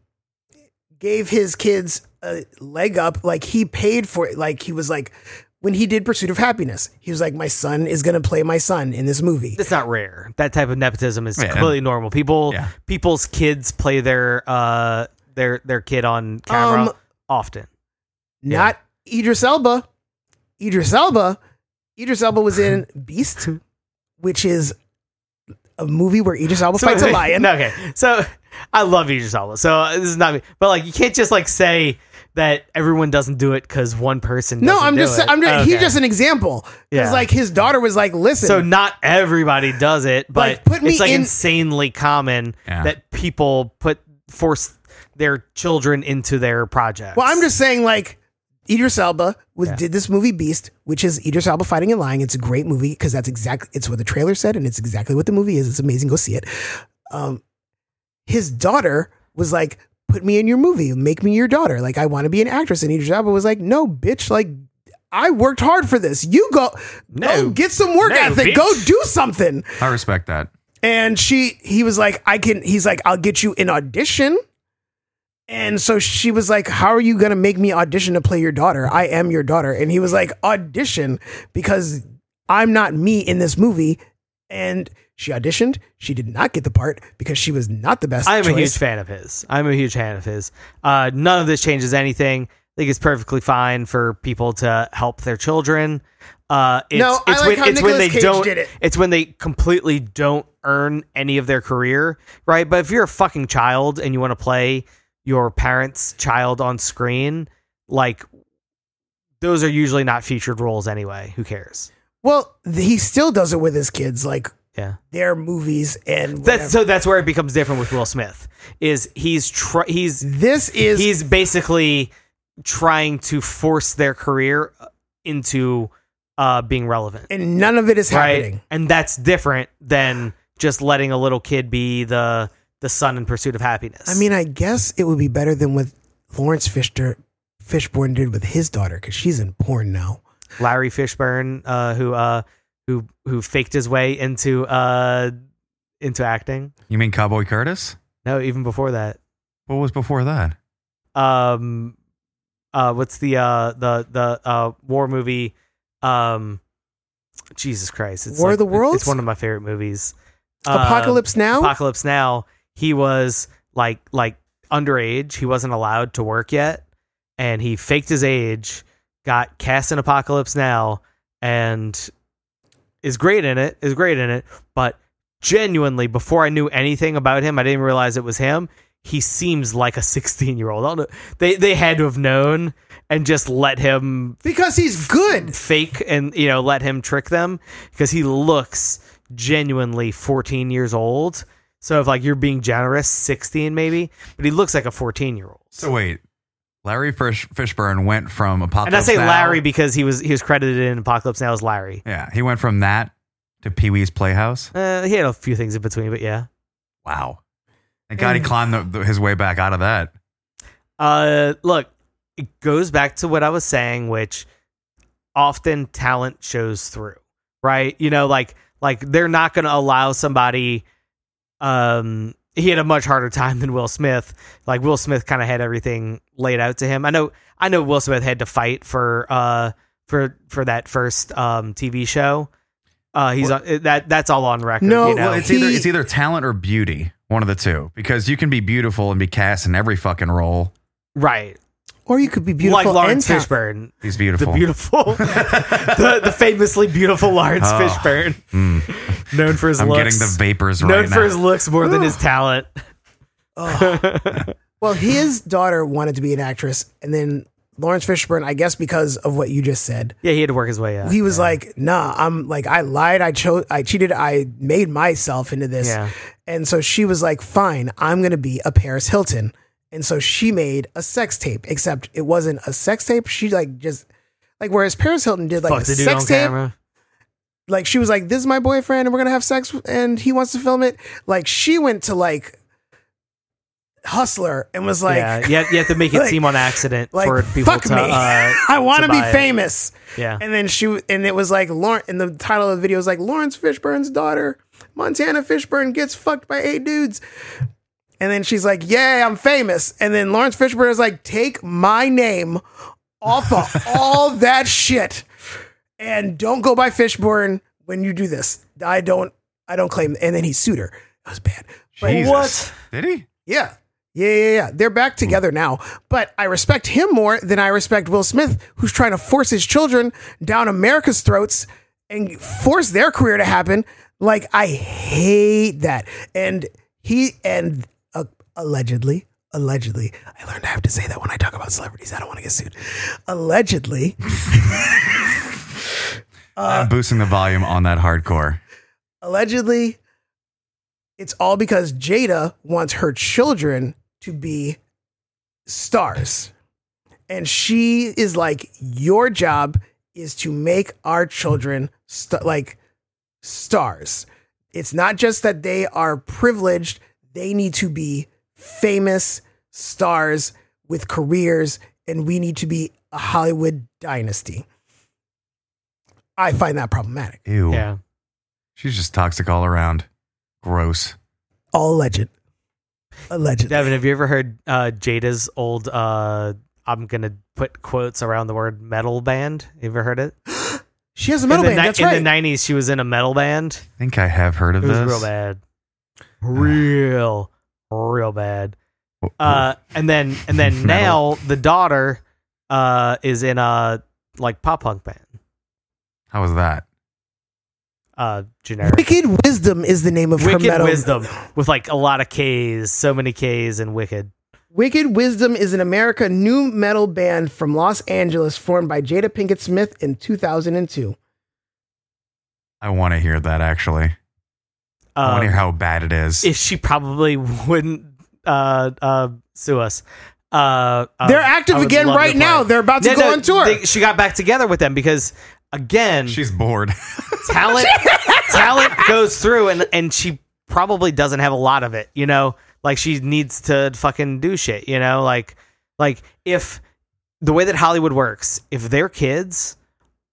S2: gave his kids a leg up. Like he paid for it. Like he was like. When he did Pursuit of Happiness, he was like, "My son is gonna play my son in this movie."
S1: That's not rare. That type of nepotism is
S3: Yeah.
S1: completely normal. People,
S3: Yeah.
S1: people's kids play their uh their their kid on camera
S2: Um,
S1: often.
S2: Not Idris Elba. Idris Elba. Idris Elba was in Beast, which is a movie where Idris Elba
S1: So-
S2: fights a lion.
S1: Okay, so I love Idris Elba. So uh, this is not me, but like you can't just like say that everyone doesn't do it because one person.
S2: No,
S1: doesn't
S2: I'm
S1: do
S2: just
S1: it.
S2: I'm just, he's
S1: Okay.
S2: just an example. 'Cause,
S1: Yeah.
S2: like his daughter was like, listen,
S1: So not everybody does it, but
S2: Like, put me
S1: it's like
S2: in-
S1: insanely common
S3: Yeah.
S1: that people put force their children into their projects.
S2: well, I'm just saying like Idris Elba was,
S1: Yeah.
S2: did this movie Beast, which is Idris Elba fighting and lying. It's a great movie because that's exactly it's what the trailer said, and it's exactly what the movie is. It's amazing. Go see it. Um, his daughter was like, "Put me in your movie. Make me your daughter. Like I want to be an actress." And Idris Elba was like, "No, bitch. Like I worked hard for this. You go,
S1: No.
S2: go get some work
S1: No,
S2: ethic.
S1: bitch."
S2: Go do something."
S3: I respect that.
S2: And she, he was like, I can, he's like, I'll get you an audition. And so she was like, How are you going to make me audition to play your daughter? I am your daughter. And he was like, Audition because I'm not me in this movie. And She auditioned. She did not get the part because she was not the best.
S1: I am a huge
S2: choice.
S1: fan of his. I'm a huge fan of his. Uh, none of this changes anything. I think it's perfectly fine for people to help their children. Uh, it's,
S2: No, I
S1: it's
S2: like
S1: when,
S2: how
S1: it's when
S2: Nicolas
S1: they
S2: Cage
S1: don't.
S2: did it.
S1: It's when they completely don't earn any of their career, right? But if you're a fucking child and you want to play your parents' child on screen, like those are usually not featured roles anyway. Who cares?
S2: Well, th- he still does it with his kids, like
S1: Yeah.
S2: their movies and whatever.
S1: That's so. That's where it becomes different with Will Smith. Is he's tr- he's
S2: this is
S1: he's basically trying to force their career uh, into uh, being relevant,
S2: and none of it is
S1: right?
S2: happening.
S1: And that's different than just letting a little kid be the the son in pursuit of happiness.
S2: I mean, I guess it would be better than what Lawrence Fisher Fishburne did with his daughter because she's in porn now.
S1: Larry Fishburne, uh, who uh, who who faked his way into uh, into acting.
S3: You mean Cowboy Curtis?
S1: No, even before that.
S3: What was before that?
S1: um uh what's the uh the the uh war movie um Jesus Christ it's
S2: War of
S1: like-
S2: the Worlds?
S1: it's one of my favorite movies Um,
S2: Apocalypse Now.
S1: Apocalypse Now he was like like underage he wasn't allowed to work yet and he faked his age got cast in Apocalypse Now and is great in it is great in it but genuinely before I knew anything about him I didn't realize it was him he seems like a 16 year old. I don't know. They they had to have known and just let him
S2: because he's good.
S1: fake and you know let him trick them because he looks genuinely 14 years old. So if like you're being generous, 16 maybe, but he looks like a 14 year old.
S3: So wait, Larry Fish- Fishburne went from
S1: And I
S3: Apocalypse.
S1: say
S3: Now-
S1: Larry because he was he was credited in Apocalypse Now as Larry.
S3: Yeah, he went from that to Pee Wee's Playhouse.
S1: Uh, he had a few things in between, but yeah.
S3: Wow. Thank God he
S1: Mm.
S3: climbed the, the, his way back out of that.
S1: Uh, look, it goes back to what I was saying, which often talent shows through, right? You know, like like they're not going to allow somebody. Um, he had a much harder time than Will Smith. Like Will Smith kind of had everything laid out to him. I know, I know Will Smith had to fight for uh for for that first um TV show. Uh, he's
S3: Well-
S1: on, that that's all on record.
S2: No,
S1: you know?
S3: Well, it's
S2: He-
S3: either it's either talent or beauty, one of the two, because you can be beautiful and be cast in every fucking role.
S1: right?
S2: Or you could be beautiful
S1: like Lawrence
S2: and ta-
S1: Fishburne,
S3: He's beautiful.
S1: the beautiful, the, the famously beautiful Lawrence
S2: Ah.
S3: Oh.
S1: Fishburne,
S2: Hmm.
S1: known for his
S3: I'm
S1: looks,
S3: getting the vapors
S1: known
S3: right
S1: for
S3: now.
S1: his looks more than his talent.
S2: Well, his daughter wanted to be an actress, and then Lawrence Fishburne, I guess, because of what you just said,
S1: Yeah, he had to work his way up.
S2: he was like, "Nah, I'm like, I lied, I chose, I cheated, I made myself into this."
S1: Yeah.
S2: And so she was like, "Fine, I'm gonna be a Paris Hilton." And so she made a sex tape, except it wasn't a sex tape. She like just like whereas Paris Hilton did like
S1: Fuck
S2: a
S1: the dude
S2: sex
S1: on
S2: tape,
S1: camera.
S2: like she was like this is my boyfriend and we're gonna have sex and he wants to film it like she went to like hustler and was like
S1: yeah, you have, you have to make it
S2: like-
S1: seem on accident
S2: like
S1: for people
S2: fuck
S1: to.
S2: me
S1: Uh,
S2: i want to
S1: to
S2: be
S1: buy it.
S2: famous
S1: yeah,
S2: and then she and it was like lauren and the title of the video is like lawrence fishburne's daughter montana fishburne gets fucked by eight dudes and then she's like yay i'm famous and then lawrence fishburne is like take my name off of all that shit and don't go by fishburne when you do this i don't i don't claim and then he sued her that was bad But-
S3: Jesus.
S1: What?
S3: Did he?
S2: yeah. Yeah, yeah, yeah. They're back together now. But I respect him more than I respect Will Smith, who's trying to force his children down America's throats and force their career to happen. Like, I hate that. And he, and uh, allegedly, allegedly, I learned I have to say that when I talk about celebrities. I don't want to get sued. Allegedly,
S1: Uh,
S3: I'm boosting the volume on that hardcore.
S2: allegedly, it's all because Jada wants her children to be stars. And she is like, Your job is to make our children st- like stars. It's not just that they are privileged, they need to be famous stars with careers, and we need to be a Hollywood dynasty. I find that problematic.
S3: Ew.
S1: yeah.
S3: She's just toxic all around. Gross.
S2: All alleged. Alleged.
S1: Devin, have you ever heard uh, Jada's old? Uh, I'm gonna put quotes around the word metal band. You ever heard it?
S2: She has a metal
S1: in the,
S2: band.
S1: ni-
S2: that's
S1: in
S2: right.
S1: the 90s, she was in a metal band.
S3: I think I have heard of
S1: It was
S3: this.
S1: real bad. Real, real bad.
S3: W-
S1: Uh, and then and then now
S3: Metal.
S1: the daughter uh, is in a like pop punk band.
S3: How was that?
S1: Uh, generic.
S2: Wicked Wisdom is the name of her
S1: Wicked
S2: metal.
S1: Wisdom with like a lot of K's, so many K's and Wicked.
S2: Wicked Wisdom is an America new metal band from Los Angeles formed by Jada Pinkett Smith in 2002.
S3: I want to hear that actually. I want to
S1: Um,
S3: hear how bad it is.
S1: if she probably wouldn't uh, uh, sue us. Uh, uh,
S2: They're
S1: I
S2: active
S1: would
S2: again
S1: love
S2: right
S1: play.
S2: now. They're about to
S1: No,
S2: go
S1: no,
S2: on tour.
S1: they- she got back together with them because again,
S3: She's bored.
S1: talent talent goes through and and she probably doesn't have a lot of it you know like she needs to fucking do shit you know like like if the way that hollywood works if their kids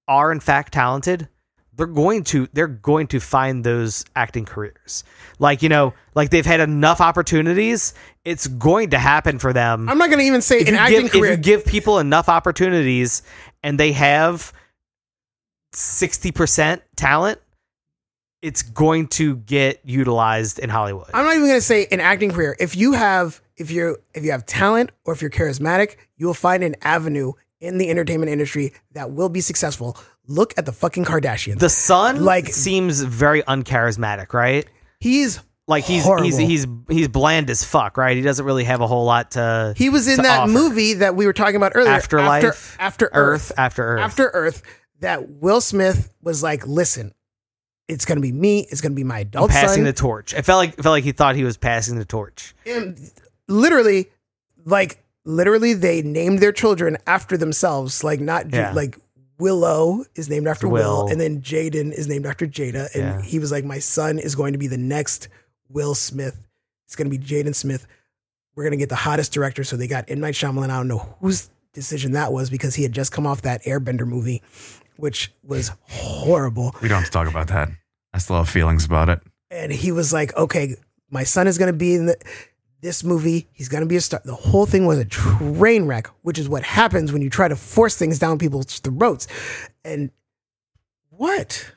S1: are in fact talented they're going to they're going to find those acting careers like you know like they've had enough opportunities it's going to happen for them
S2: I'm not going to even say an
S1: you
S2: acting
S1: give,
S2: career.
S1: If you give people enough opportunities and they have 60% talent, it's going to get utilized in Hollywood.
S2: I'm not even going to say an acting career. If you have if you if you have talent or if you're charismatic, you'll find an avenue in the entertainment industry that will be successful. Look at the fucking Kardashians.
S1: the son
S2: Like-
S1: like seems very uncharismatic, right?
S2: He's
S1: Like he's he's
S2: Horrible.
S1: he's he's bland as fuck, right? He doesn't really have a whole lot to
S2: he was in
S1: to
S2: that
S1: offer.
S2: movie that we were talking about earlier,
S1: Afterlife,
S2: After, after
S1: Earth, after Earth.
S2: After Earth that Will Smith was like, "Listen, it's gonna be me. It's gonna be my adult
S1: passing
S2: son."
S1: the torch. It felt like it felt like he thought he was passing the torch.
S2: And literally, like literally, they named their children after themselves. Like not Ju-
S1: Yeah.
S2: like Willow is named after Will,
S1: Will.
S2: and then Jaden is named after Jada. And
S1: Yeah.
S2: he was like, "My son is going to be the next Will Smith. It's gonna be Jaden Smith. We're gonna get the hottest director." So they got M Night Shyamalan. I don't know whose decision that was because he had just come off that Airbender movie. Which was horrible.
S3: we don't have to talk about that. I still have feelings about it.
S2: and he was like, "Okay, my son is going to be in the, this movie. He's going to be a star." The whole thing was a train wreck, which is what happens when you try to force things down people's throats. And what?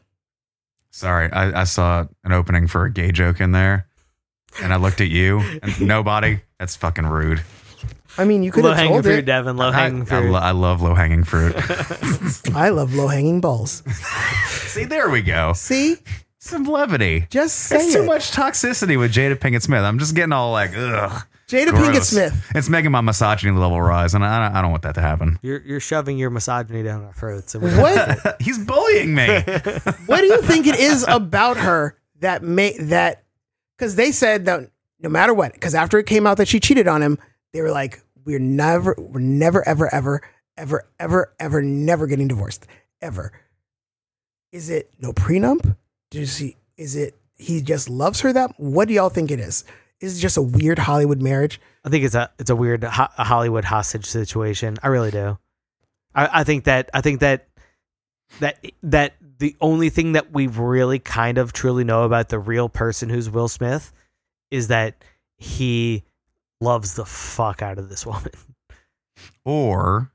S3: Sorry, I, I saw an opening for a gay joke in there, and I looked at you and nobody. That's fucking rude.
S2: I mean, you could
S1: Low
S2: have
S1: hanging
S2: told
S1: fruit,
S2: it.
S1: Devin. Low
S3: I,
S1: hanging
S3: I
S1: fruit.
S3: lo- I love low hanging fruit.
S2: I love low hanging balls.
S3: See, there we go.
S2: See,
S3: Some levity.
S2: just say
S3: it's
S2: it.
S3: too much toxicity with Jada Pinkett Smith. I'm just getting all like, ugh.
S2: Jada Pinkett
S3: gross.
S2: Smith.
S3: It's making my misogyny level rise, and I, I don't want that to happen.
S1: you're you're shoving your misogyny down our throats. And we
S2: What?
S3: He's bullying me.
S2: what do you think it is about her that made that? Because they said that no matter what, because after it came out that she cheated on him, they were like, "We're never, we're never, ever, ever, ever, ever, ever, never getting divorced, ever." Is it no prenup? Does he? Is it he just loves her that? What do y'all think it is? Is it just a weird Hollywood marriage?
S1: I think it's a it's a weird ho- a Hollywood hostage situation. I really do. I, I think that I think that that that the only thing that we really kind of truly know about the real person who's Will Smith is that he loves the fuck out of this woman.
S3: or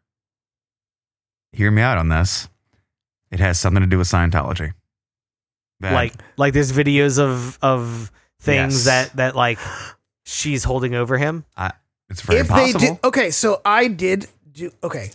S3: hear me out on this. It has something to do with Scientology. That-
S1: Like like there's videos of of things
S3: Yes.
S1: that that like she's holding over him.
S3: it's very possible.
S2: they did okay so i did do okay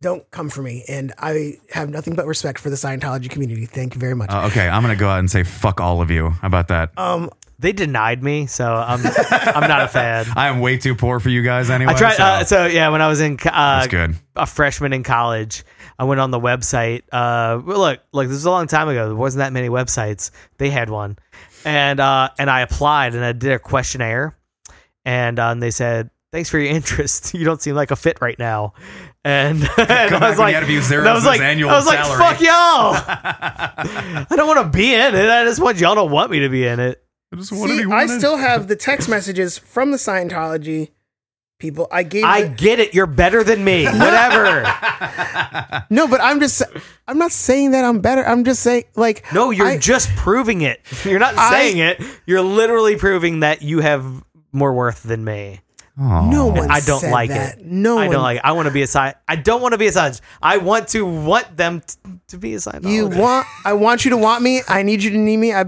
S2: don't come for me and i have nothing but respect for the scientology community thank you very much
S3: Uh, okay, I'm gonna go out and say fuck all of you. How about that?
S2: um
S1: They denied me, so I'm I'm not a fan.
S3: I am way too poor for you guys anyway.
S1: I tried.
S3: so
S1: Uh, so yeah, when I was in co- uh,
S3: that's good.
S1: a freshman in college, I went on the website. Uh, well, look, like this was a long time ago. There wasn't that many websites. They had one, and uh, and I applied and I did a questionnaire, and, um, they said. Thanks for your interest. You don't seem like a fit right now, and, and I
S3: back when
S1: was
S3: you
S1: like,
S3: had to be zeros
S1: and I was
S3: in
S1: like,
S3: his annual
S1: I was like,
S3: salary.
S1: fuck y'all. I don't want to be in it. I just want y'all to want me to be in it.
S3: I just
S2: see, i still have the text messages from the scientology people i gave
S1: I
S2: it-
S1: get it. You're better than me. Whatever.
S2: no but i'm just i'm not saying that i'm better i'm just saying like
S1: No, you're
S2: I-
S1: just proving it. You're not
S2: I-
S1: saying it. You're literally proving that you have more worth than me.
S3: Aw.
S2: No one.
S1: I don't
S2: said
S1: like
S2: that. No,
S1: I
S2: one-
S1: don't like. It. I want to be a side. I don't want to be a side. I want to want them t- to be a side.
S2: You want? I want you to want me. I need you to need me. I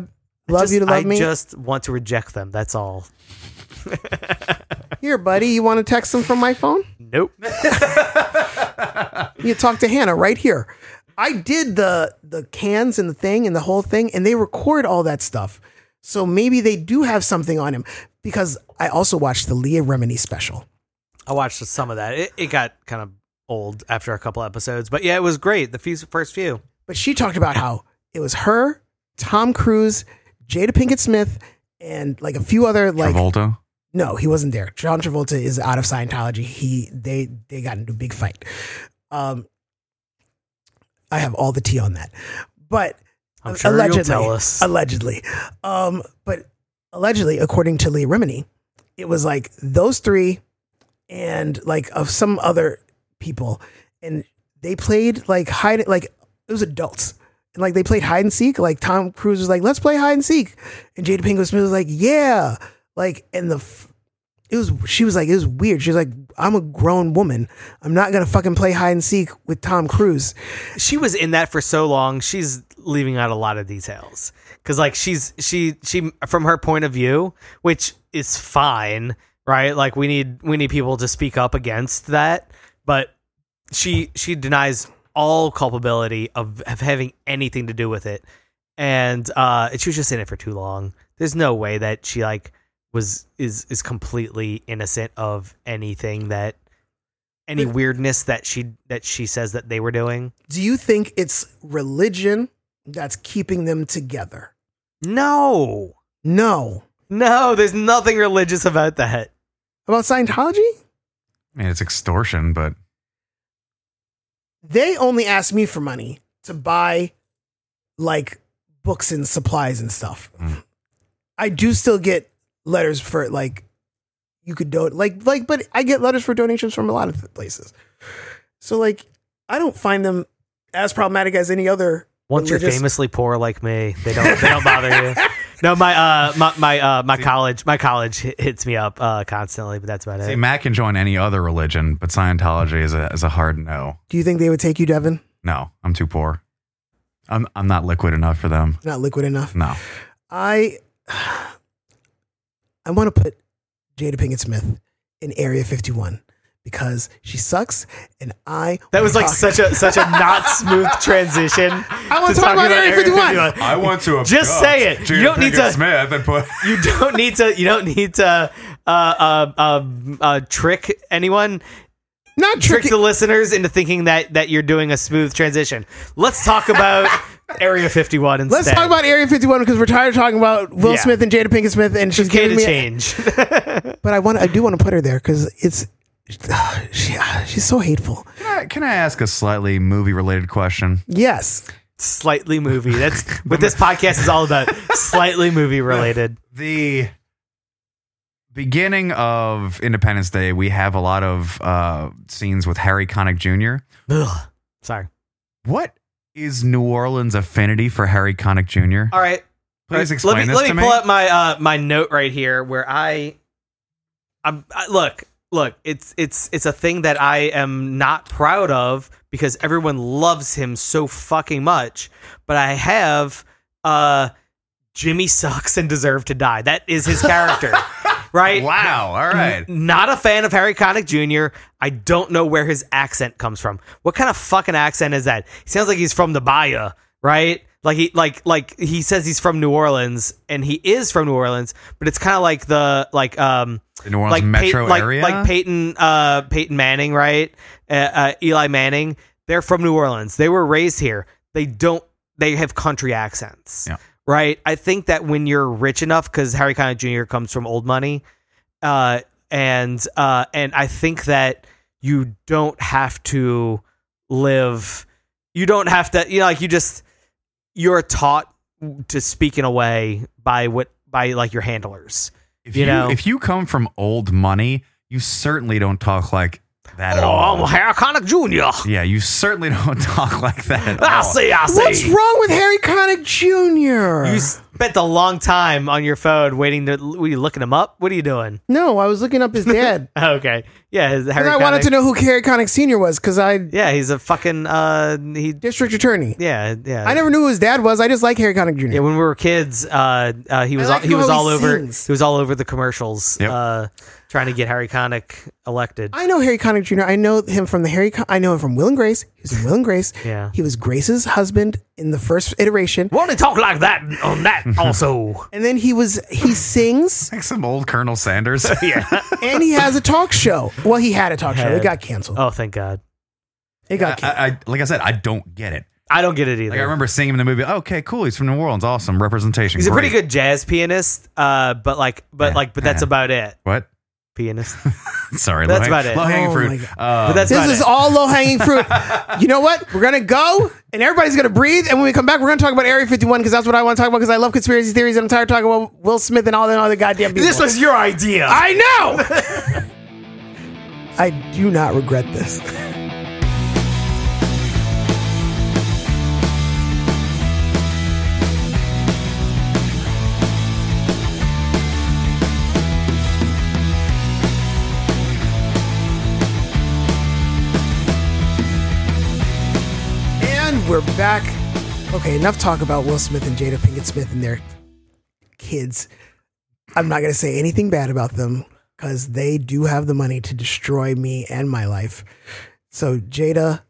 S2: love you to love
S1: I
S2: me.
S1: Oh, just want to reject them. That's all.
S2: Here, buddy. You want to text them from my phone?
S1: Nope.
S2: You talk to Hannah right here. I did the the cans and the thing and the whole thing, and they record all that stuff. So maybe they do have something on him because I also watched the Leah Remini special.
S1: I watched some of that. It, it got kind of old after a couple episodes, but yeah, it was great. The few, first few.
S2: but she talked about how it was her, Tom Cruise, Jada Pinkett Smith, and like a few other like
S3: Travolta.
S2: no, he wasn't there. John Travolta is out of Scientology. He they they got into a big fight. Um, I have all the tea on that, but
S1: I'm sure
S2: allegedly,
S1: you'll tell us.
S2: Allegedly. Um, but allegedly, according to Lee Remini, it was like those three and like of some other people. And they played like hide like it was adults. And like they played hide and seek. Like Tom Cruise was like, let's play hide and seek. And Jada Pinkett Smith was like, yeah. Like, and the f- it was she was like, it was weird. She was like, I'm a grown woman. I'm not gonna fucking play hide and seek with Tom Cruise.
S1: she was in that for so long she's leaving out a lot of details because like she's she she from her point of view which is fine right like we need we need people to speak up against that but she she denies all culpability of, of having anything to do with it and uh she was just in it for too long there's no way that she like was is is completely innocent of anything that any weirdness that she that she says that they were doing
S2: Do you think it's religion that's keeping them together?
S1: No.
S2: No.
S1: No, there's nothing religious about that.
S2: About Scientology?
S3: I mean, it's extortion, but
S2: They only asked me for money to buy like books and supplies and stuff.
S3: Mm.
S2: I do still get letters for like you could donate like like but I get letters for donations from a lot of places. So like I don't find them as problematic as any other
S1: Once you're
S2: religious-
S1: famously poor like me, they don't they don't bother you. No, my uh my my uh my college my college hi- hits me up uh constantly, but that's about
S3: see,
S1: it.
S3: Matt can join any other religion, but Scientology is a is a hard no.
S2: Do you think they would take you, Devin?
S3: No, I'm too poor. I'm I'm not liquid enough for them.
S2: Not liquid enough.
S3: No,
S2: I I want to put Jada Pinkett Smith in Area 51 because she sucks and I
S1: That
S2: wanna
S1: was like
S2: talk-
S1: such a such a not smooth transition. I
S2: wanna talk about Area 51.
S3: I want to.
S1: Just abduct say it. You Jada don't need Pinkett to-
S3: Smith and put.
S1: You don't need to you don't need to uh uh uh, uh trick anyone
S2: not
S1: trick
S2: tricky.
S1: the listeners into thinking that that you're doing a smooth transition. Let's talk about Area 51 instead.
S2: Let's talk about Area 51 because we're tired of talking about Will
S1: Yeah.
S2: Smith and Jada Pinkett Smith and she's
S1: Gay
S2: giving
S1: to
S2: me
S1: change.
S2: but I want I do want to put her there cuz it's she, ah, she's so hateful.
S3: Can I, can I ask a slightly movie related question?
S2: Yes.
S1: slightly movie. That's what this podcast is all about. Slightly movie related.
S3: The beginning of Independence Day, we have a lot of uh, scenes with Harry Connick Jr.
S1: Ugh. Sorry.
S3: What is New Orleans' affinity for Harry Connick Jr.?
S1: All right. Let-
S3: Please explain
S1: let me,
S3: this
S1: let me
S3: to me.
S1: pull up my uh, my note right here where I, I'm I, look look it's it's it's a thing that I am not proud of because everyone loves him so fucking much, but I have uh, Jimmy sucks and deserve to die. That is his character, right?
S3: Wow. All right.
S1: Not a fan of Harry Connick Jr. I don't know where his accent comes from. What kind of fucking accent is that? He sounds like he's from the Bayou, right? Like he like like he says he's from New Orleans and he is from New Orleans, but it's kind of like the like um
S3: The New Orleans
S1: like
S3: metro
S1: Pey- like-
S3: area.
S1: like Peyton uh Peyton Manning, right? Uh, uh, Eli Manning. They're from New Orleans. They were raised here. They don't. They have country accents,
S3: Yeah.
S1: right? I think that when you're rich enough, because Harry Connick Jr. comes from old money, uh, and uh, and I think that you don't have to live. You don't have to. You know, like you just you're taught to speak in a way by what by like your handlers.
S3: if
S1: you
S3: you,
S1: know.
S3: if you come from old money, you certainly don't talk like that at
S1: Oh,
S3: all.
S1: I'm Harry Connick Jr.
S3: yeah, you certainly don't talk like that. At
S1: I
S3: all.
S1: see, I see.
S2: What's wrong with Harry Connick Jr.?
S1: You s- spent a long time on your phone waiting to. Were you looking him up? What are you doing?
S2: No, I was looking up his dad.
S1: Okay, yeah, his Harry.
S2: and I wanted
S1: Connick-
S2: to know who Harry Connick Sr. was because I,
S1: Yeah, he's a fucking. Uh, he.
S2: district attorney.
S1: Yeah, yeah.
S2: I never knew who his dad was. I just like Harry Connick Jr.
S1: Yeah, when we were kids, uh, uh, he was
S2: like
S1: he
S2: how
S1: was
S2: he
S1: all over
S2: sings.
S1: he was all over the commercials,
S3: Yep.
S1: uh, trying to get Harry Connick elected.
S2: I know Harry Connick Jr. I know him from the Harry. Con- I know him from Will and Grace. He was in Will and Grace.
S1: Yeah.
S2: He was Grace's husband in the first iteration,
S1: Want to talk like that on that also?
S2: and then he was he sings
S3: Like some old Colonel Sanders.
S1: yeah.
S2: and he has a talk show. Well, he had a talk show.
S1: Had.
S2: It got canceled.
S1: Oh, thank God.
S2: It got
S3: I,
S2: canceled.
S3: I, like I said, I don't get it.
S1: I don't get it either.
S3: Like I remember seeing him in the movie. okay, cool. He's from New Orleans. Awesome representation.
S1: he's a pretty
S3: Great.
S1: good jazz pianist, uh, but like, but
S3: Yeah,
S1: like, but that's
S3: yeah.
S1: about it.
S3: What?
S1: Pianist.
S3: Sorry,
S1: That's
S3: low-
S1: about it.
S3: Low hanging
S2: Oh my
S3: fruit.
S2: God.
S3: Uh,
S1: But that's
S2: this
S1: about
S2: is
S1: it.
S2: all low hanging fruit. you know what? We're gonna go, and everybody's gonna breathe. And when we come back, we're gonna talk about Area 51 because that's what I want to talk about. Because I love conspiracy theories, and I'm tired of talking about Will Smith and all the other goddamn people.
S1: this was your idea.
S2: I know. I do not regret this. And we're back. Okay, enough talk about Will Smith and Jada Pinkett Smith and their kids. I'm not going to say anything bad about them because they do have the money to destroy me and my life. So, Jada,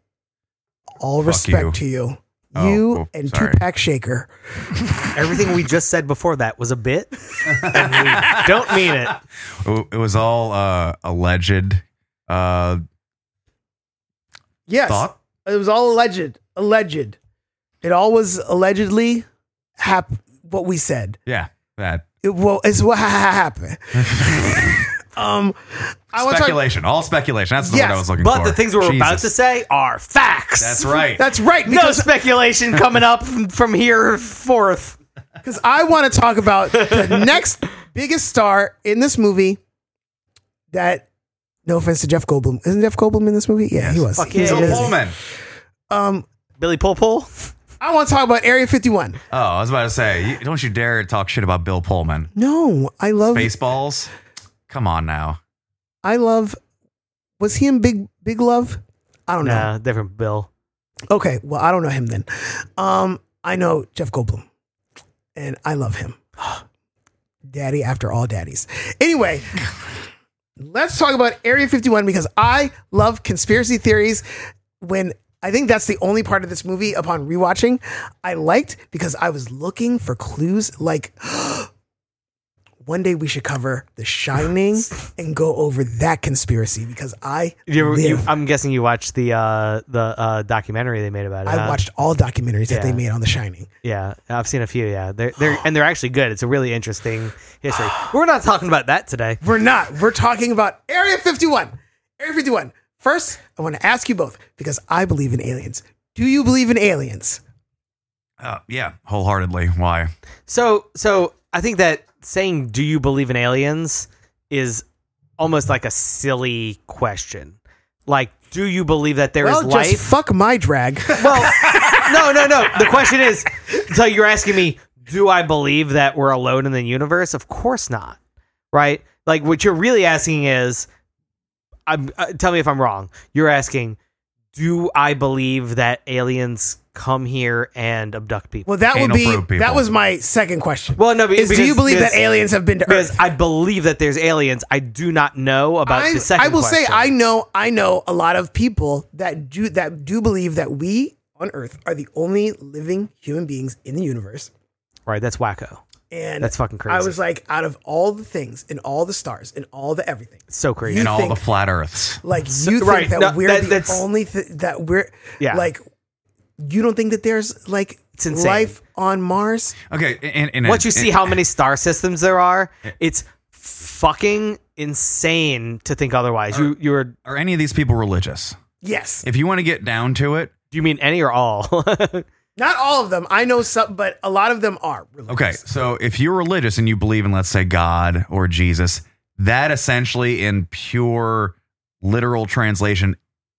S2: all respect to you.
S3: Oh,
S2: you
S3: oh,
S2: and
S3: sorry.
S2: Tupac Shaker.
S1: Everything we just said before that was a bit, and we don't mean it.
S3: it was all uh, alleged uh,
S2: Yes.
S3: thought.
S2: It was all alleged. Alleged. It all was allegedly hap- what we said.
S3: Yeah, that
S2: It, well, it's what ha- ha- happened. um, I want to talk.
S3: speculation. all speculation. That's the
S2: Yes,
S3: word I was looking for.
S1: But the things we're about to
S3: Jesus.
S1: say are facts.
S3: That's right.
S2: That's right.
S1: No
S2: Because
S1: speculation coming up from- from here forth.
S2: Because I want to talk about the next biggest star in this movie. That, no offense to Jeff Goldblum, isn't Jeff Goldblum in this movie? Yeah, he was.
S1: Fuck
S2: He was
S1: yeah,
S3: Bill
S1: he is.
S2: amazing.
S3: Pullman.
S2: Um,
S1: Billy Popol.
S2: I want to talk about Area Fifty One.
S3: Oh, I was about to say, you, don't you dare talk shit about Bill Pullman.
S2: No, I love.
S3: Baseballs. Come on now.
S2: I love. Was he in Big Big Love? I don't know.
S1: Nah, different Bill.
S2: Okay, well I don't know him then. Um, I know Jeff Goldblum, and I love him. Daddy after all daddies. Anyway, let's talk about Area 51 because I love conspiracy theories. When I think that's the only part of this movie upon rewatching I liked because I was looking for clues like one day we should cover The Shining and go over that conspiracy because I
S1: You,
S2: live-
S1: you, I'm guessing you watched the uh, the uh, documentary they made about it.
S2: I
S1: huh?
S2: watched all documentaries that they
S1: Yeah.
S2: made on The Shining.
S1: Yeah, I've seen a few. Yeah, they're they're and they're actually good. It's a really interesting history. We're not talking about that today.
S2: We're not. We're talking about Area 51. Area 51. First, I want to ask you both because I believe in aliens. Do you believe in aliens?
S3: Uh, yeah, wholeheartedly. Why?
S1: So so I think that saying "Do you believe in aliens?" is almost like a silly question. Like, do you believe that there is
S2: well,
S1: life?
S2: just fuck my drag.
S1: Well, no, no, no. The question is, so you're asking me, do I believe that we're alone in the universe? Of course not, right? Like what you're really asking is, I'm uh, tell me if I'm wrong. You're asking, do I believe that aliens come here and abduct people?
S2: Well, that would
S3: Anal
S2: be
S3: probe people.
S2: that was my second question.
S1: Well, no,
S2: is do
S1: because-
S2: you believe that
S1: because-
S2: aliens have been to
S1: Because
S2: Earth?
S1: I believe that there's aliens. I do not know about
S2: I,
S1: the second.
S2: I will say
S1: question.
S2: I know I know a lot of people that do that do believe that we on Earth are the only living human beings in the universe.
S1: right. That's wacko.
S2: And
S1: That's fucking crazy.
S2: I was like, out of all the things and all the stars and all the everything,
S1: It's so crazy.
S2: You
S3: And all
S2: think-
S3: the flat Earths.
S2: Like you think
S1: right,
S2: that
S1: no,
S2: we're
S1: that-
S2: the
S1: that's-
S2: only th- that we're
S1: Yeah.
S2: like you don't think that there's like
S1: It's insane.
S2: life on Mars?
S3: Okay. In, in a-
S1: Once you see
S3: in-
S1: how many star systems there are, it's fucking insane to think otherwise. You you were
S3: are any of these people religious?
S2: Yes.
S3: If you want to get down to it,
S1: do you mean any or all?
S2: Not all of them. I know some, but a lot of them are. Religious.
S3: okay. So if you're religious and you believe in, let's say, God or Jesus, that essentially, in pure literal translation,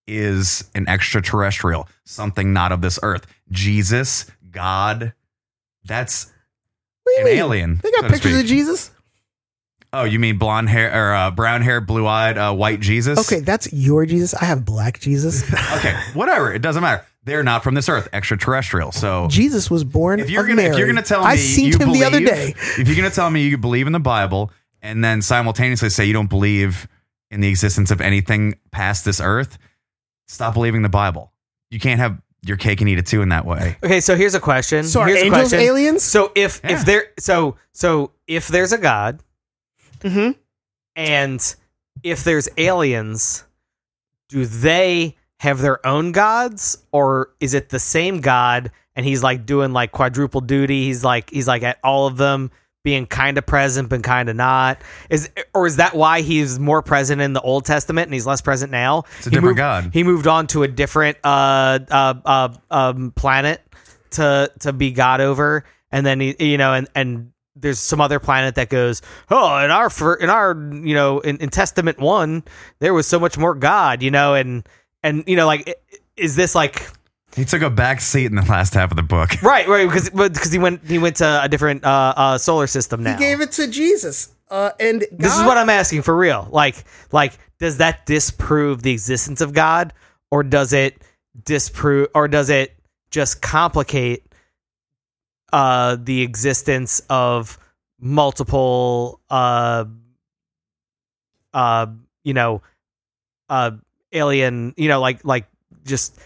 S3: is an extraterrestrial, something not of this earth. Jesus, God, that's
S2: What do you
S3: an
S2: mean?
S3: alien.
S2: They got
S3: so to
S2: pictures
S3: speak.
S2: of Jesus.
S3: Oh, you mean blonde hair or uh, brown hair, blue eyed, uh, white Jesus?
S2: Okay, that's your Jesus. I have black Jesus.
S3: Okay. Whatever. It doesn't matter. They're not from this earth, extraterrestrial. So
S2: Jesus was born
S3: if you're
S2: of
S3: gonna
S2: Mary.
S3: if you're gonna tell me
S2: I seen
S3: you
S2: him
S3: believe,
S2: the other day.
S3: if you're gonna tell me you believe in the Bible and then simultaneously say you don't believe in the existence of anything past this earth, stop believing the Bible. You can't have your cake and eat it too in that way.
S1: Okay, so here's a question.
S2: So are
S1: here's a
S2: angels
S1: question.
S2: aliens?
S1: So if
S3: Yeah.
S1: if there so so if there's a god
S2: Mhm.
S1: and if there's aliens, do they have their own gods or is it the same god and he's like doing like quadruple duty? He's like he's like at all of them being kind of present but kind of not. Is or is that why he's more present in the Old Testament and he's less present now?
S3: It's a
S1: He
S3: different
S1: moved-
S3: God.
S1: He moved on to a different uh uh, uh um planet to to be god over, and then he, you know, and and there's some other planet that goes, oh, in our fir- in our you know in, in Testament one, there was so much more God, you know, and and you know like. i- i- Is this like
S3: He took a back seat in the last half of the book.
S1: right? Right, because because he went he went to a different uh, uh, solar system now.
S2: He gave it to Jesus. Uh, and God,
S1: This is what I'm asking for real. Like, like, does that disprove the existence of God, or does it disprove, or does it just complicate uh, the existence of multiple, uh, uh, you know, uh, alien, you know, like, like, just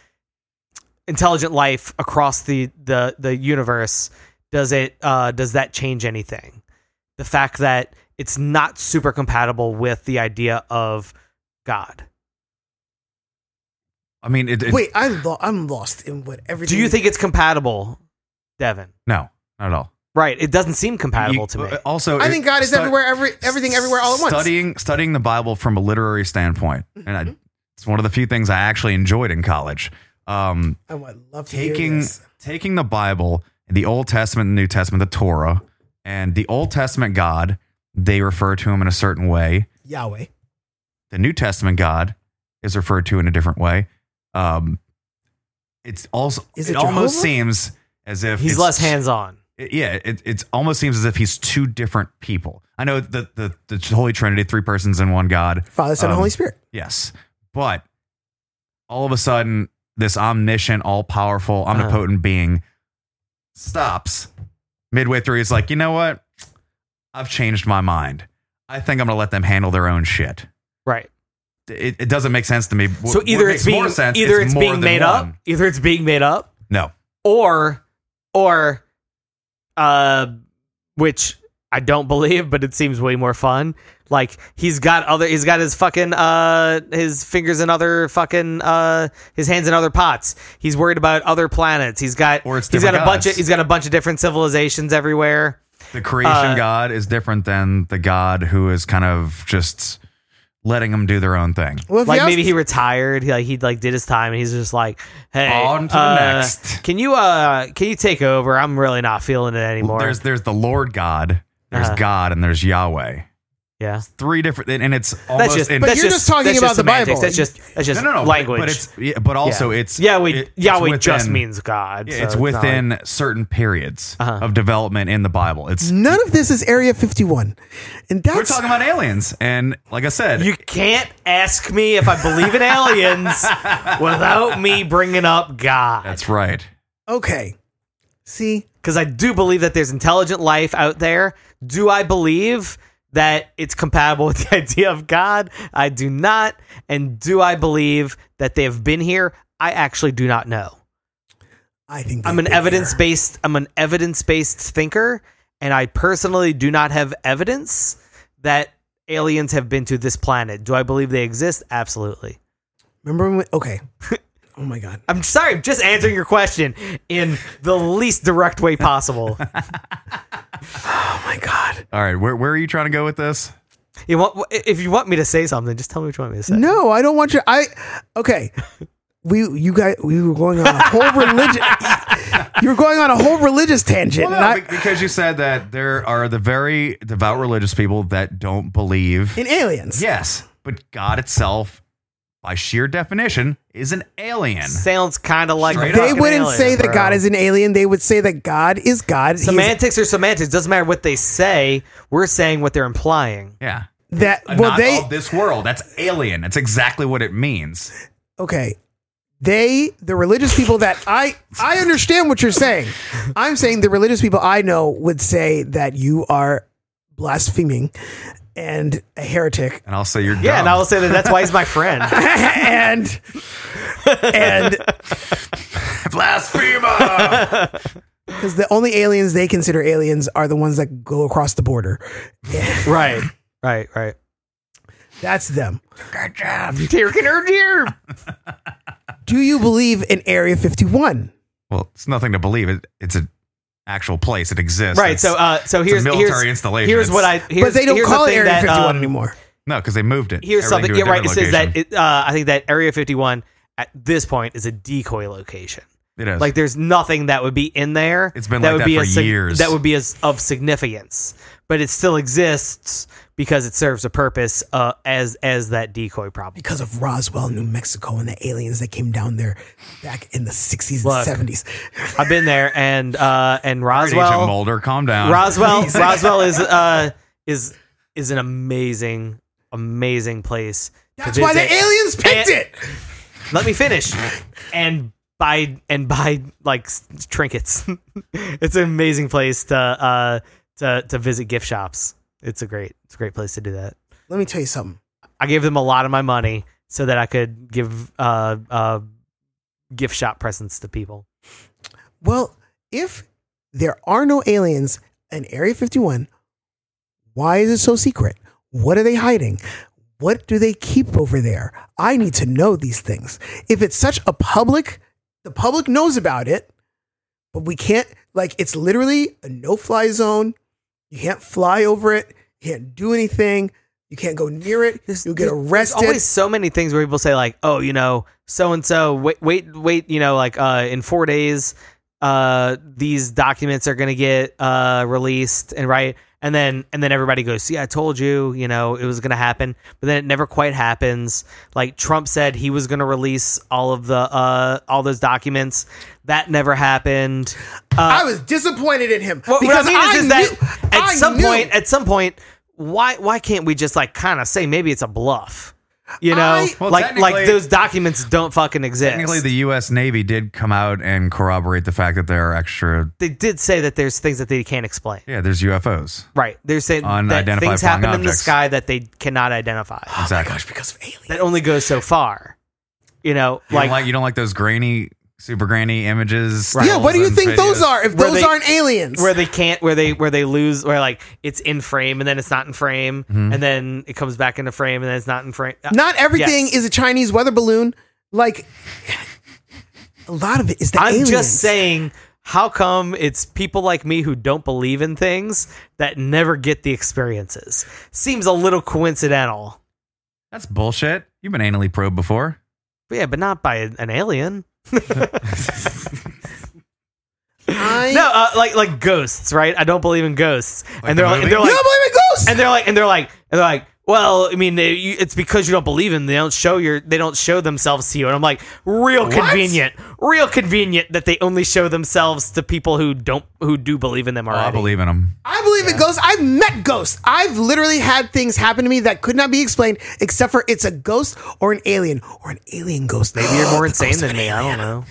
S1: intelligent life across the the the universe? Does it? Uh, does that change anything? the fact that it's not super compatible with the idea of God.
S3: I mean, it, it-
S2: Wait, I lo- I'm lost in what everything.
S1: Do you think it's compatible, Devin?
S3: no, not at all.
S1: Right. It doesn't seem compatible
S3: You-
S1: to me.
S3: uh, Also,
S2: I
S3: it-
S2: think God is
S3: stu-
S2: everywhere, every everything, everywhere, all at once. Mm-hmm.
S3: Studying studying the Bible from a literary standpoint, and I, it's one of the few things I actually enjoyed in college. Um,
S2: I would love to hear
S3: taking
S2: this.
S3: taking the Bible, the Old Testament, the New Testament, the Torah, and the Old Testament God, they refer to him in a certain way.
S2: Yahweh.
S3: The New Testament God is referred to in a different way. Um, it's also
S2: Is
S3: it,
S2: it
S3: almost
S2: Jehovah?
S3: seems as if
S1: He's
S3: it's-
S1: less hands on.
S3: it- yeah, it, it almost seems as if he's two different people. I know the, the, the Holy Trinity, three persons in one God.
S2: Father, Son, and
S3: Um,
S2: Holy Spirit.
S3: Yes. But all of a sudden, this omniscient, all
S1: Uh-huh.
S3: powerful, omnipotent being stops midway through. He's like, you know what? I've changed my mind. I think I'm going to let them handle their own shit.
S1: Right.
S3: It, it doesn't make sense to me.
S1: so
S3: What
S1: either
S3: makes
S1: it's being
S3: more sense,
S1: either it's,
S3: more
S1: being
S3: than
S1: made up,
S3: one.
S1: either it's being made up,
S3: No.
S1: or or uh which I don't believe, but it seems way more fun. Like he's got other he's got his fucking uh his fingers in other fucking uh his hands in other pots. He's worried about other planets. He's got
S3: Or it's
S1: he's got a
S3: different
S1: bunch of
S3: gods.
S1: he's got a bunch of different civilizations everywhere.
S3: The creation
S1: Uh,
S3: God is different than the God who is kind of just letting them do their own thing.
S2: Well, if
S1: like
S2: you ask-
S1: maybe he retired, he, like he like did his time, and he's just like, "Hey,
S3: On to the
S1: uh,
S3: next.
S1: Can you uh can you take over? I'm really not feeling it anymore."
S3: There's there's the Lord God, there's
S1: Uh-huh.
S3: God, and there's Yahweh.
S1: yeah,
S3: Three different, and, and it's almost.
S1: that's just
S3: in-
S1: but
S2: you're just talking
S1: that's
S2: about the
S1: semantics.
S2: Bible.
S1: That's just that's
S3: no,
S1: just
S3: no, no, but-
S1: language.
S3: But, it's yeah, but also
S1: Yeah.
S3: it's
S1: yeah, we
S3: it- it's
S1: Yahweh just
S3: within-
S1: means God.
S3: yeah,
S1: so
S3: it's
S1: not like-
S3: within certain periods
S1: Uh-huh.
S3: of development in the Bible. It's
S2: none of this is Area 51, and
S3: we're
S2: that's
S3: talking about aliens, and like I said,
S1: you can't ask me if I believe in aliens without me bringing up God,
S3: that's right.
S2: okay. See,
S1: because I do believe that there's intelligent life out there. Do I believe? That it's compatible with the idea of God, I do not. And do I believe that they have been here? I actually do not know.
S2: I think
S1: I'm an
S2: they've been
S1: evidence
S2: here.
S1: based. I'm an evidence based thinker, and I personally do not have evidence that aliens have been to this planet. Do I believe they exist? Absolutely.
S2: Remember when? Okay. oh my God.
S1: I'm sorry. I'm just answering your question in the least direct way possible.
S2: Oh my God.
S3: All right, where where are you trying to go with this?
S1: you want, if you want me to say something, just tell me what you want me to say.
S2: No, I don't want you. I okay. We you guys we were going on a whole religion. you were going on a whole religious tangent.
S3: Well,
S2: and I-
S3: no, be- because you said that there are the very devout religious people that don't believe
S2: in aliens.
S3: Yes, but God itself by sheer definition, is an alien.
S1: Sounds kind of like a
S3: Straight up.
S2: They
S1: fucking
S2: wouldn't
S1: alien,
S2: say that
S1: bro.
S2: God is an alien. They would say that God is God. He is-
S1: Semantics are semantics. Doesn't matter what they say. We're saying what they're implying.
S3: Yeah.
S2: that well
S3: Not
S2: they
S3: of this world. That's alien. That's exactly what it means.
S2: okay they the religious people that i i understand what you're saying i'm saying the religious people i know would say that you are blaspheming and a heretic
S3: And I'll say you're
S1: Yeah,
S3: dumb.
S1: and I will say that that's why he's my friend.
S2: and and
S3: blasphemer.
S2: because the only aliens they consider aliens are the ones that go across the border
S1: right, right, right.
S2: that's them
S3: Good job.
S2: do you believe in area 51
S3: Well, it's nothing to believe. It, it's an actual place. It exists.
S1: Right.
S3: It's-
S1: So, uh, so
S3: it's
S1: here's
S3: a military
S1: here's,
S3: installation.
S1: here's
S3: It's-
S1: what I. Here's,
S2: but they don't
S1: here's the
S2: call it
S1: thing
S2: area
S1: that,
S2: 51
S1: um,
S2: anymore
S3: no, because they moved it.
S1: Here's
S3: Everything
S1: something.
S3: to a
S1: Yeah, right. It
S3: different
S1: says that
S3: location.
S1: it, uh, I think that Area 51 at this point is a decoy location.
S3: it is.
S1: Like, there's nothing that would be in there.
S3: It's been
S1: that
S3: like
S1: would
S3: that
S1: be
S3: for
S1: a sig-
S3: years.
S1: That would be as of significance, but it still exists because it serves a purpose uh, as as that decoy problem.
S2: because of roswell new mexico and the aliens that came down there back in the 60s
S1: Look.
S2: and 70s
S1: I've been there, and uh, and
S3: Agent
S1: Roswell,
S3: Mulder, calm down.
S1: Roswell, Roswell is uh, is is an amazing, amazing place. to
S2: That's why the
S1: visit.
S2: aliens
S1: And-
S2: picked it.
S1: Let me finish. And buy and buy like s- trinkets. it's an amazing place to uh to to visit gift shops. It's a great it's a great place to do that.
S2: Let me tell you something.
S1: I gave them a lot of my money so that I could give uh uh gift shop presents to people.
S2: Well, if there are no aliens in Area 51, why is it so secret? What are they hiding? What do they keep over there? I need to know these things. If it's such a public, the public knows about it, but we can't, like, it's literally a no fly zone. You can't fly over it. You can't do anything. You can't go near it.
S1: There's-
S2: You'll get
S1: there's
S2: arrested.
S1: always so many things where people say like, "Oh, you know, so and so, wait, wait, wait," you know, like uh, in four days, uh, these documents are gonna get uh, released, and right, and then and then everybody goes, "See, I told you, you know, it was gonna happen," but then it never quite happens. Like Trump said, he was gonna release all of the uh, all those documents, that never happened.
S2: I was disappointed in him
S1: uh, What,
S2: because
S1: what I mean is, is
S2: knew,
S1: that at
S2: I
S1: some
S2: knew- Oh
S1: point, at some point, why why can't we just like kind of say maybe it's a bluff? You know,
S2: I-
S3: Well,
S1: like like
S3: technically-
S1: those documents don't fucking exist.
S3: Technically, the U.S. Navy did come out and corroborate the fact that there are extra.
S1: they did say that there's things that they can't explain.
S3: Yeah, there's UFOs.
S1: Right? They're saying that
S3: Unidentified
S1: things
S3: flying
S1: happen in the
S3: objects.
S1: sky that they cannot identify.
S2: oh my
S3: Exactly.
S2: gosh, because of aliens.
S1: that only goes so far. You know,
S3: You
S1: like,
S3: don't like you don't like those grainy, super grainy images.
S2: Yeah, what do you think those are? If
S1: Where
S2: those
S1: they-
S2: aren't aliens,
S1: where they can't, where they where they lose, where like it's in frame and then it's not in frame,
S3: Mm-hmm.
S1: and then it comes back into frame and then it's not in frame.
S2: not everything
S1: Yes.
S2: is a Chinese weather balloon. Like a lot of it is the
S1: I'm
S2: aliens.
S1: just saying, how come it's people like me who don't believe in things that never get the experiences? Seems a little coincidental.
S3: That's bullshit. You've been anally probed before.
S1: But yeah, but not by an an alien.
S2: I,
S1: No, uh, like like ghosts, right? I don't believe in ghosts, and they're like,
S3: the
S1: and
S3: movie?
S1: they're
S2: you
S1: like,
S2: don't believe in ghosts.
S1: and they're like, and they're like, and they're like. Well, I mean, they- you- it's because you don't believe in. Them. They don't show your. They don't show themselves to you, and I'm like, real convenient, real convenient that they only show themselves to people who don't, who do believe in them
S3: Oh, I
S1: already.
S3: believe in them.
S2: I believe in ghosts. I've met ghosts. I've literally had things happen to me that could not be explained except for it's a ghost or an alien or an alien ghost.
S1: Maybe you're more
S2: The
S1: insane
S2: ghost of
S1: than
S2: an
S1: me. I
S2: alien.
S1: don't know.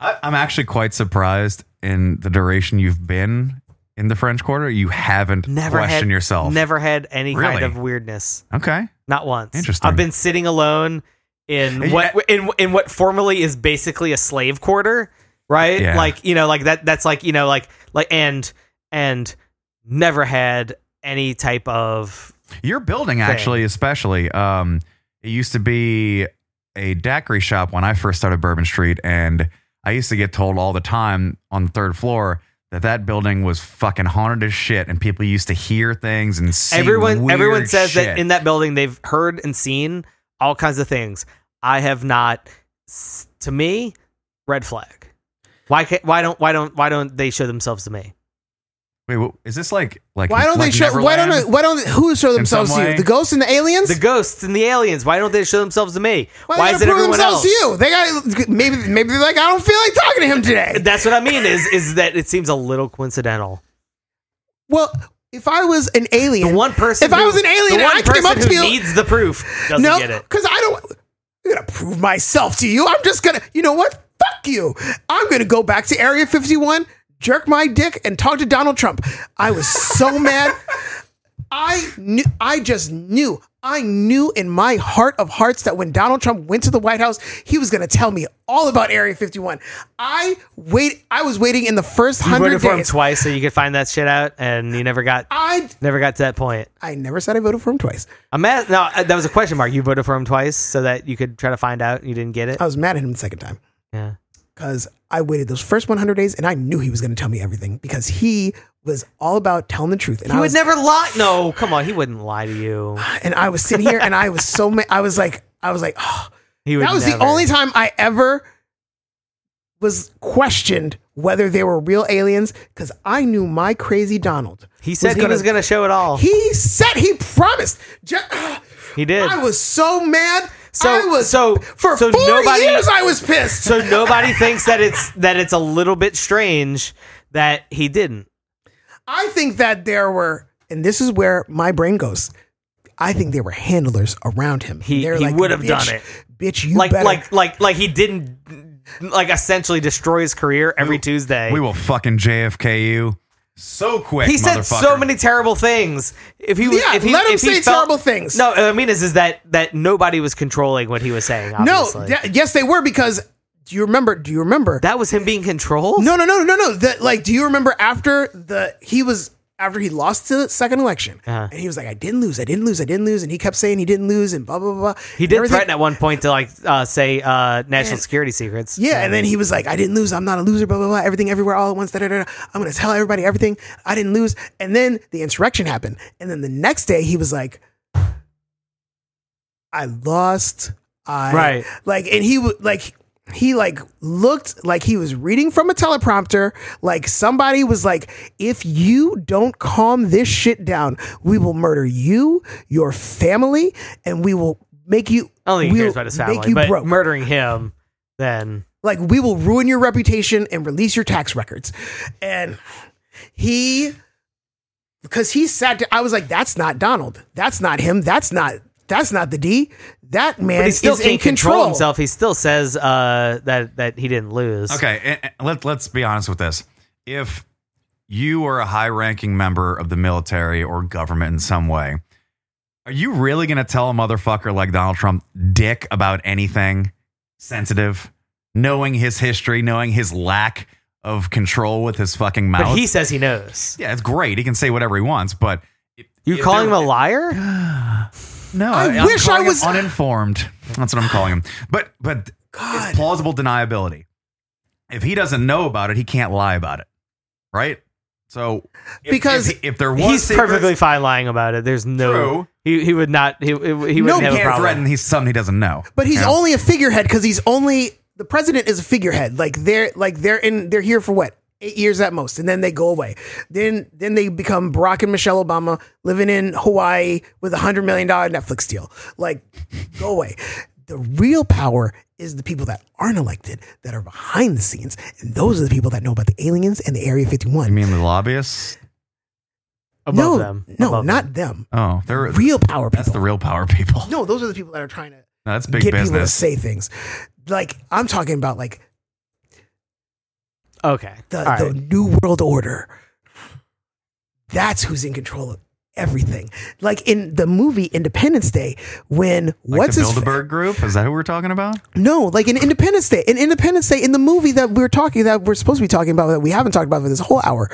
S3: I, I'm actually quite surprised in the duration you've been in the French Quarter. You haven't
S1: Never
S3: questioned
S1: had,
S3: yourself.
S1: Never had any kind
S3: Really?
S1: of weirdness.
S3: Okay.
S1: Not once.
S3: Interesting.
S1: I've been sitting alone in
S3: Yeah.
S1: what in in what formerly is basically a slave quarter, right?
S3: Yeah.
S1: Like you know, like that. That's like you know, like like and and never had any type of
S3: Your building, actually, especially, um, it used to be a daiquiri shop when I first started Bourbon Street, and I used to get told all the time on the third floor that that building was fucking haunted as shit, and people used to hear things and see.
S1: everyone.
S3: weird
S1: everyone says
S3: shit.
S1: that in that building they've heard and seen all kinds of things. I have not. S- To me, red flag. Why can't, why don't why don't why don't they show themselves to me?
S3: Wait, what, is this like like?
S2: Why don't they
S3: like
S2: show? Why
S3: Neverland?
S2: don't why don't who show themselves
S3: some
S2: to you?
S3: way.
S2: The ghosts and the aliens?
S1: The ghosts and the aliens. Why don't they show themselves to me?
S2: why,
S1: Why
S2: they
S1: is it
S2: gotta prove
S1: everyone
S2: themselves
S1: else?
S2: to you? They got maybe maybe they're like I don't feel like talking to him today.
S1: That's what I mean. Is is that it seems a little coincidental.
S2: Well, if I was an
S1: The
S2: alien,
S1: one person.
S2: If I
S1: who-
S2: was an alien
S1: the
S2: and
S1: one
S2: I came
S1: person
S2: up
S1: who
S2: to you-
S1: needs the proof doesn't
S2: no,
S1: get it.
S2: because I don't. I'm gonna prove myself to you. I'm just gonna. You know what? Fuck you. I'm gonna go back to Area 51, jerk my dick, and talk to Donald Trump. I was so mad. I knew. I just knew. I knew in my heart of hearts that when Donald Trump went to the White House, he was gonna tell me all about Area 51. I wait. I was waiting in the first
S1: You voted
S2: hundred
S1: for him
S2: days.
S1: twice so you could find that shit out, and you never got
S2: I
S1: never got to that point.
S2: I never said I voted for him twice.
S1: I'm mad. No, uh, that was a question mark. You voted for him twice so that you could try to find out. and You didn't get it.
S2: I was mad at him the second time.
S1: Yeah.
S2: because I waited those first 100 days and I knew he was going to tell me everything because he was all about telling the truth. And
S1: He
S2: I
S1: would
S2: was,
S1: never lie. No, come on. He wouldn't lie to you.
S2: and I was sitting here and I was so ma- I was like I was like oh.
S1: He would
S2: that was
S1: never.
S2: the only time I ever was questioned whether they were real aliens because I knew my crazy Donald.
S1: He said he was going to show it all. He,
S2: He said he promised. Ju-
S1: did.
S2: I was so mad.
S1: So-
S2: I was
S1: so-
S2: for
S1: so
S2: four
S1: nobody-
S2: years I was pissed.
S1: so nobody thinks that it's that it's a little bit strange that he didn't.
S2: I think that there were, and this is where my brain goes. I think there were handlers around him.
S1: He-
S2: They're
S1: he would have
S2: "Bitch,
S1: done it."
S2: bitch. You
S1: Like
S2: better.
S1: like like like he didn't like essentially destroy his career every Tuesday.
S3: We will fucking JFK you so quick.
S1: he said so
S3: motherfucker.
S1: many terrible things. If he was,
S2: Yeah,
S1: if he,
S2: let him
S1: if he
S2: say
S1: felt-
S2: terrible things.
S1: No, what I mean is, is that that nobody was controlling what he was saying.
S2: no,
S1: Obviously.
S2: that- yes, they were because. Do you remember? Do you remember?
S1: that was him being controlled.
S2: no, no, no, no, no. That like, do you remember after the he was after he lost the second election,
S1: Uh-huh.
S2: and he was like, "I didn't lose, I didn't lose, I didn't lose," and he kept saying he didn't lose, and blah blah blah. blah.
S1: he
S2: And
S1: did
S2: everything-
S1: threaten at one point to like uh, say uh, national security secrets.
S2: Yeah, and then he was like, I didn't lose. I'm not a loser, blah, blah, blah. Everything, everywhere, all at once. Da, da, da, da. I'm going to tell everybody everything. I didn't lose. And then the insurrection happened. And then the next day, he was like, I lost. I,
S1: Right.
S2: Like, and he would, like, he like looked like he was reading from a teleprompter like somebody was like if you don't calm this shit down we will murder you your family and we will make you
S1: I don't think he
S2: we
S1: cares
S2: will
S1: about his
S2: make
S1: family,
S2: you
S1: but
S2: broke."
S1: murdering him, then
S2: like we will ruin your reputation and release your tax records and he because he sat down, i was like that's not donald that's not him that's not that's not the d that man
S1: but he still
S2: is in
S1: can't control.
S2: control
S1: himself. He still says uh, that that he didn't lose.
S3: Okay, and, and let, let's be honest with this. If you are a high ranking member of the military or government in some way, are you really going to tell a motherfucker like Donald Trump dick about anything sensitive? Knowing his history, knowing his lack of control with his fucking mouth.
S1: but he says he knows.
S3: yeah, it's great. He can say whatever he wants, but
S1: You
S3: If
S1: calling him
S3: there-
S1: a liar?
S3: no,
S2: I
S3: I'm
S2: wish
S3: calling
S2: I
S3: him
S2: was-
S3: uninformed. That's what I'm calling him. But but
S2: God.
S3: it's plausible deniability. If he doesn't know about it, he can't lie about it, right? So if,
S2: Because
S3: if, if there was
S1: He's
S3: secrets,
S1: perfectly fine lying about it. There's no
S3: True.
S1: he he would not he he wouldn't have
S2: No,
S3: he
S1: a
S3: can't
S1: problem.
S3: threaten he's something he doesn't know.
S2: but he's
S3: Yeah.
S2: only a figurehead because he's only the president is a figurehead like they're like they're in they're here for what eight years at most and then they go away then then they become barack and michelle obama living in hawaii with a hundred million dollar netflix deal like go away the real power is the people that aren't elected that are behind the scenes and those are the people that know about the aliens and the area 51
S3: You mean the lobbyists?
S1: above
S2: no
S1: them.
S2: no
S1: Above
S2: not them,
S3: Oh, they're
S2: real power people
S3: that's the real power people.
S2: no those are the people that are trying to
S3: No, that's big
S2: get people to
S3: business.
S2: say things like i'm talking about like
S1: them. Okay.
S2: the,
S1: All right.
S2: the new world order that's who's in control of everything like in the movie independence day when
S3: Like
S2: what's
S3: the
S2: his
S3: Bilderberg Group? Is that who we're talking about?
S2: no like in independence day in independence day in the movie that we're talking that we're supposed to be talking about that we haven't talked about for this whole hour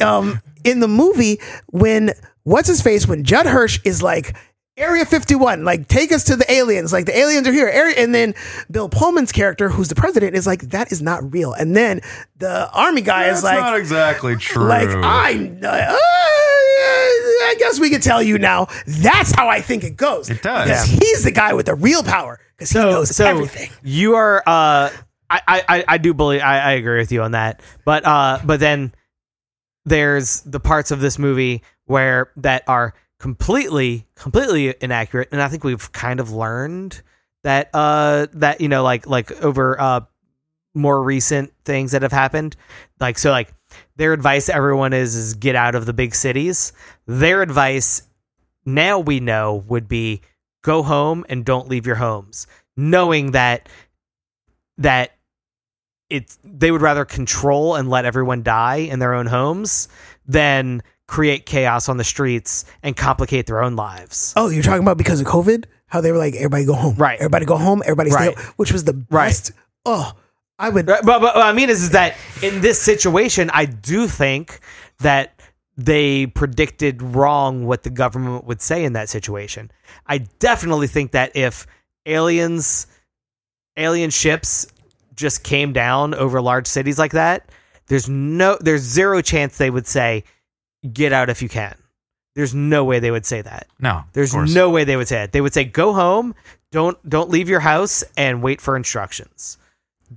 S2: um in the movie when what's his face when judd hirsch is like Area 51, like take us to the aliens, like the aliens are here. Area, and then Bill Pullman's character, who's the president, is like, that is not real. And then the army guy is
S3: That's
S2: like,
S3: not exactly true.
S2: like I, uh, I guess we could tell you now. That's how I think it goes.
S3: It does.
S2: Because He's the guy with the real power because he knows everything.
S1: You are. Uh, I, I, I do believe. I, I agree with you on that. But uh, but then there's the parts of this movie where that are completely completely inaccurate and i think we've kind of learned that uh that you know like like over uh more recent things that have happened like so like their advice to everyone is is get out of the big cities their advice now we know would be go home and don't leave your homes knowing that that it's they would rather control and let everyone die in their own homes than create chaos on the streets and complicate their own lives.
S2: Oh, you're talking about because of COVID? How they were like, everybody go home.
S1: Right.
S2: Everybody go home. Everybody
S1: Right.
S2: stay home, which was the
S1: Right.
S2: best. Oh, I would.
S1: Right, But, but what I mean is, is that in this situation, I do think that they predicted wrong what the government would say in that situation. I definitely think that if aliens, alien ships just came down over large cities like that, there's no, there's zero chance they would say, get out if you can. There's no way they would say that.
S3: No, of
S1: There's
S3: course.
S1: no way they would say that. They would say, "Go home, don't don't leave your house, and wait for instructions."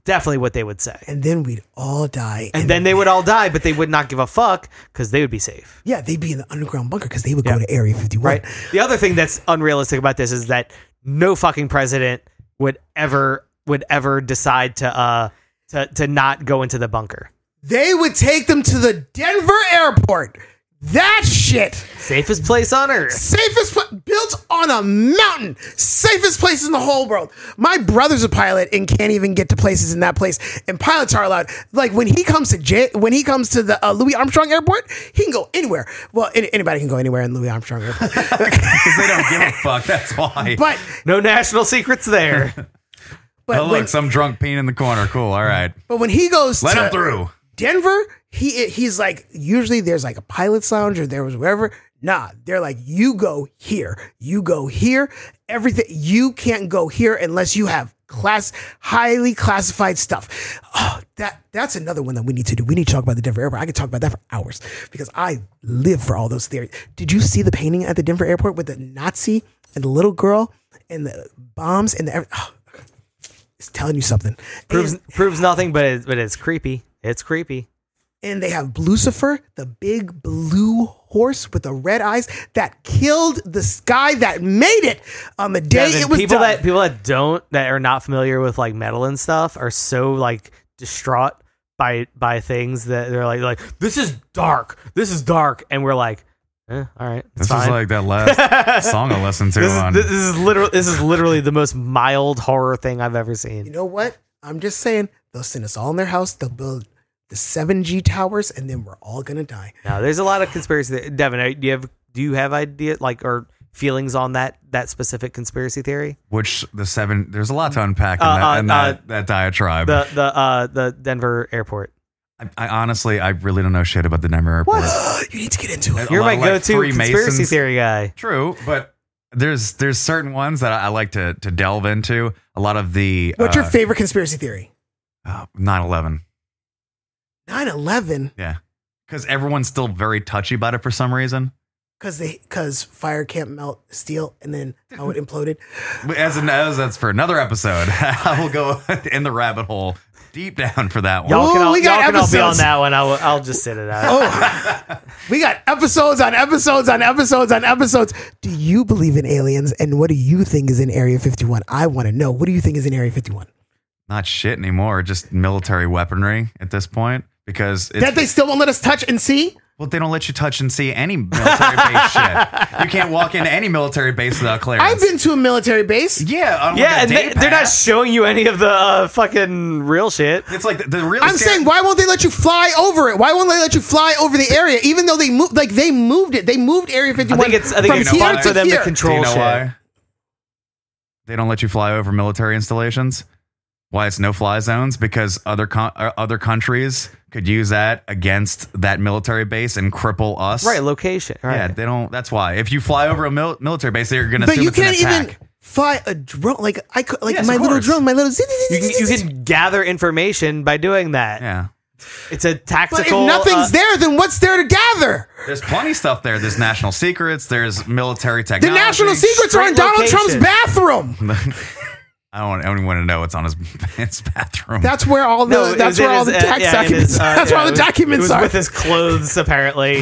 S1: Definitely what they would say.
S2: And then we'd all die.
S1: And then they would all die, but they would not give a fuck because they would be safe,
S2: yeah, they'd be in the underground bunker because they would
S1: Yeah.
S2: go to Area 51.
S1: right? The other thing that's unrealistic about this is that no fucking president would ever would ever decide to uh to to not go into the bunker.
S2: They would take them to the Denver airport. That shit.
S1: Safest place on earth.
S2: safest pla- built on a mountain safest place in the whole world my brother's a pilot and can't even get to places in that place and pilots are allowed like when he comes to J- when he comes to the uh, louis armstrong airport he can go anywhere well any- anybody can go anywhere in louis armstrong airport
S3: Because they don't give a fuck. That's why.
S2: but
S1: No national secrets there.
S2: but,
S3: oh, look,
S2: when,
S3: some drunk peeing in the corner. Cool. All right.
S2: but when he goes
S3: Let
S2: to
S3: him through.
S2: denver he he's like usually there's like a pilot's lounge or there was wherever nah they're like you go here you go here everything you can't go here unless you have class highly classified stuff oh that that's another one that we need to do we need to talk about the denver airport i could talk about that for hours because i live for all those theories did you see the painting at the denver airport with the nazi and the little girl and the bombs and the oh, it's telling you something
S1: proves
S2: And-
S1: proves nothing, but it, but it's creepy. It's creepy.
S2: and they have Lucifer, the big blue horse with the red eyes that killed the sky that made it on the day
S1: Devin,
S2: it was
S1: people
S2: done.
S1: that people that don't that are not familiar with like metal and stuff are so like distraught by by things that they're like like this is dark this is dark and we're like eh, all right it's
S3: This
S1: fine.
S3: is like that last song I listened to
S1: this,
S3: on.
S1: is, this is literally this is literally the most mild horror thing I've ever
S2: you
S1: seen
S2: know what? I'm just saying they'll send us all in their house. They'll build the seven G towers, and then we're all gonna die.
S1: now there's a lot of conspiracy there. Devin are- do you have do you have idea like or feelings on that that specific conspiracy theory
S3: which the seven? There's a lot to unpack in,
S1: Uh,
S3: that,
S1: uh,
S3: in that, that diatribe.
S1: the the uh the Denver airport
S3: I, I honestly, I really don't know shit about the Denver airport.
S2: you need to get into it.
S3: A
S1: you're
S3: lot
S1: my
S3: of, uh, like,
S1: go-to conspiracy
S3: Freemasons.
S1: theory guy
S3: True, but there's there's certain ones that I, I like to to delve into. A lot of the
S2: What's
S3: uh,
S2: your favorite conspiracy theory?
S3: uh, 9/11.
S2: 9/11,
S3: Yeah, because everyone's still very touchy about it for some reason.
S2: because they because fire can't melt steel, and then how it imploded.
S3: But As an as that's for another episode. I will go in the rabbit hole deep down for that one.
S1: Y'all can
S2: Ooh,
S1: all,
S2: we got
S1: y'all can all be on
S2: episodes.
S1: that one. I'll, I'll just sit it out.
S2: Oh, we got episodes on episodes on episodes on episodes. Do you believe in aliens? And what do you think is in Area 51? I want to know. What do you think is in Area 51?
S3: Not shit anymore. Just military weaponry at this point because it's,
S2: That they still won't let us touch and see?
S3: well, they don't let you touch and see any military base shit. You can't walk into any military base without clearance.
S2: I've been to a military base.
S3: yeah, on like
S1: yeah,
S3: a
S1: and
S3: day
S1: they, they're not
S3: pass.
S1: showing you any of the uh, fucking real shit.
S3: It's like the, the real.
S2: I'm saying, why won't they let you fly over it? Why won't they let you fly over the area? Even though they moved, like they moved it, they moved Area 51.
S1: it's- I think
S2: from
S1: it's
S2: here
S1: smart
S2: to
S1: for them to
S2: here.
S1: control-
S3: Do you know
S1: shit.
S3: why? They don't let you fly over military installations. Why it's no fly zones? Because other co- uh, other countries could use that against that military base and cripple us.
S1: Right, location. Right.
S3: Yeah, they don't. That's why. If you fly over a mil- military base, they're going to
S2: But
S3: assume
S2: you
S3: it's
S2: can't
S3: an attack.
S2: even fly a drone. Like I, could, like
S3: Yes,
S2: my
S3: of
S2: little
S3: course.
S2: drone, my little.
S1: you, can, you can gather information by doing that.
S3: yeah,
S1: It's a
S2: But if
S1: tactical.
S2: nothing's
S1: uh,
S2: there, then what's there to gather?
S3: there's plenty of stuff there. There's national secrets. There's military
S2: The
S3: technology.
S2: national secrets are in
S1: straight
S2: Donald
S1: location.
S2: Trump's bathroom.
S3: I don't, want, I don't even want to know what's on his, his bathroom.
S2: That's where all the
S1: No, it
S2: that's
S1: was in
S2: where all the
S1: his, uh,
S2: tax
S1: yeah, in
S2: documents.
S1: his, uh,
S2: that's
S1: yeah,
S2: where all the
S1: it was-
S2: documents
S1: it was
S2: are.
S1: with his clothes apparently.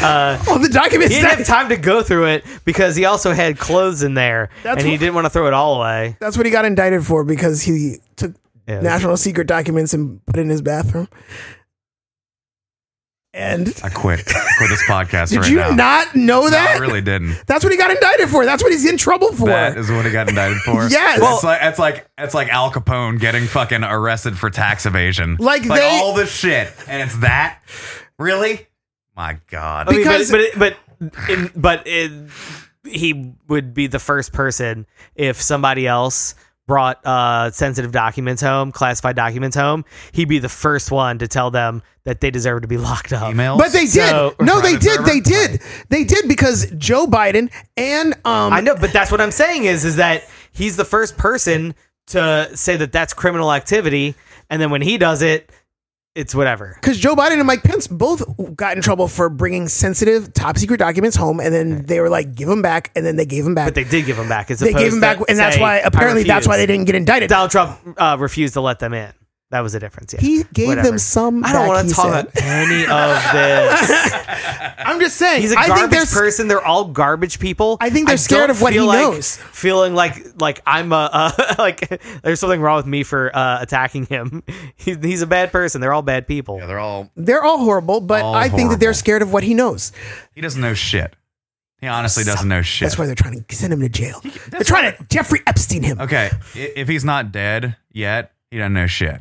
S1: Uh,
S2: all the documents.
S1: he
S2: that-
S1: didn't have time to go through it because he also had clothes in there,
S2: That's
S1: and he
S2: what-
S1: didn't want to throw it all away.
S2: that's what he got indicted for because he took
S1: Yeah, it was-
S2: national secret documents and put it in his bathroom. And
S3: I quit. I quit this podcast
S2: did
S3: right
S2: you
S3: now.
S2: not know
S3: No,
S2: that?
S3: I really didn't.
S2: That's what he got indicted for. That's what he's in trouble for.
S3: That is what he got indicted for.
S2: Yes.
S3: Well,
S2: Well-
S3: it's like it's like it's like Al Capone getting fucking arrested for tax evasion.
S2: Like
S3: like
S2: they-
S3: all this shit, and it's that. Really? My God.
S1: I mean,
S2: because-
S1: but but it, but, in, but it, he would be the first person if somebody else brought uh, sensitive documents home, classified documents home. He'd be the first one to tell them that they deserve to be locked up.
S3: Emails.
S2: but they did.
S1: So-
S2: no, they did.
S3: Private
S2: They
S3: Server?
S2: did. They did because Joe Biden and um
S1: I know, but that's what I'm saying is is that he's the first person to say that that's criminal activity, and then when he does it, it's whatever.
S2: because Joe Biden and Mike Pence both got in trouble for bringing sensitive top secret documents home, and then they were like, "Give them back," and then they gave them back.
S1: But they did give him back. As
S2: they gave
S1: opposed
S2: them back,
S1: to
S2: and that's
S1: say, "I
S2: why apparently that's why they
S1: refuse."
S2: didn't get indicted.
S1: Donald Trump uh, refused to let them in. That was the difference. Yeah.
S2: He gave them some
S1: I don't
S2: back,
S1: wanna
S2: he
S1: talk
S2: said.
S1: about any of this.
S2: I'm just saying.
S1: He's a
S2: I
S1: garbage
S2: think there's
S1: person. They're all garbage people.
S2: I think they're scared
S1: don't
S2: of what
S1: feel
S2: he
S1: like-
S2: knows.
S1: Feeling like like I'm a uh, like there's something wrong with me for uh, attacking him. He, he's a bad person. They're all bad people.
S3: Yeah, they're all.
S2: they're all horrible, but
S3: All
S2: I think that they're
S3: horrible.
S2: scared of what he knows.
S3: He doesn't know shit. He honestly doesn't know shit.
S2: That's why they're trying to send him to jail. They're trying to Jeffrey Epstein him.
S3: Okay, i- if he's not dead yet, he doesn't know shit.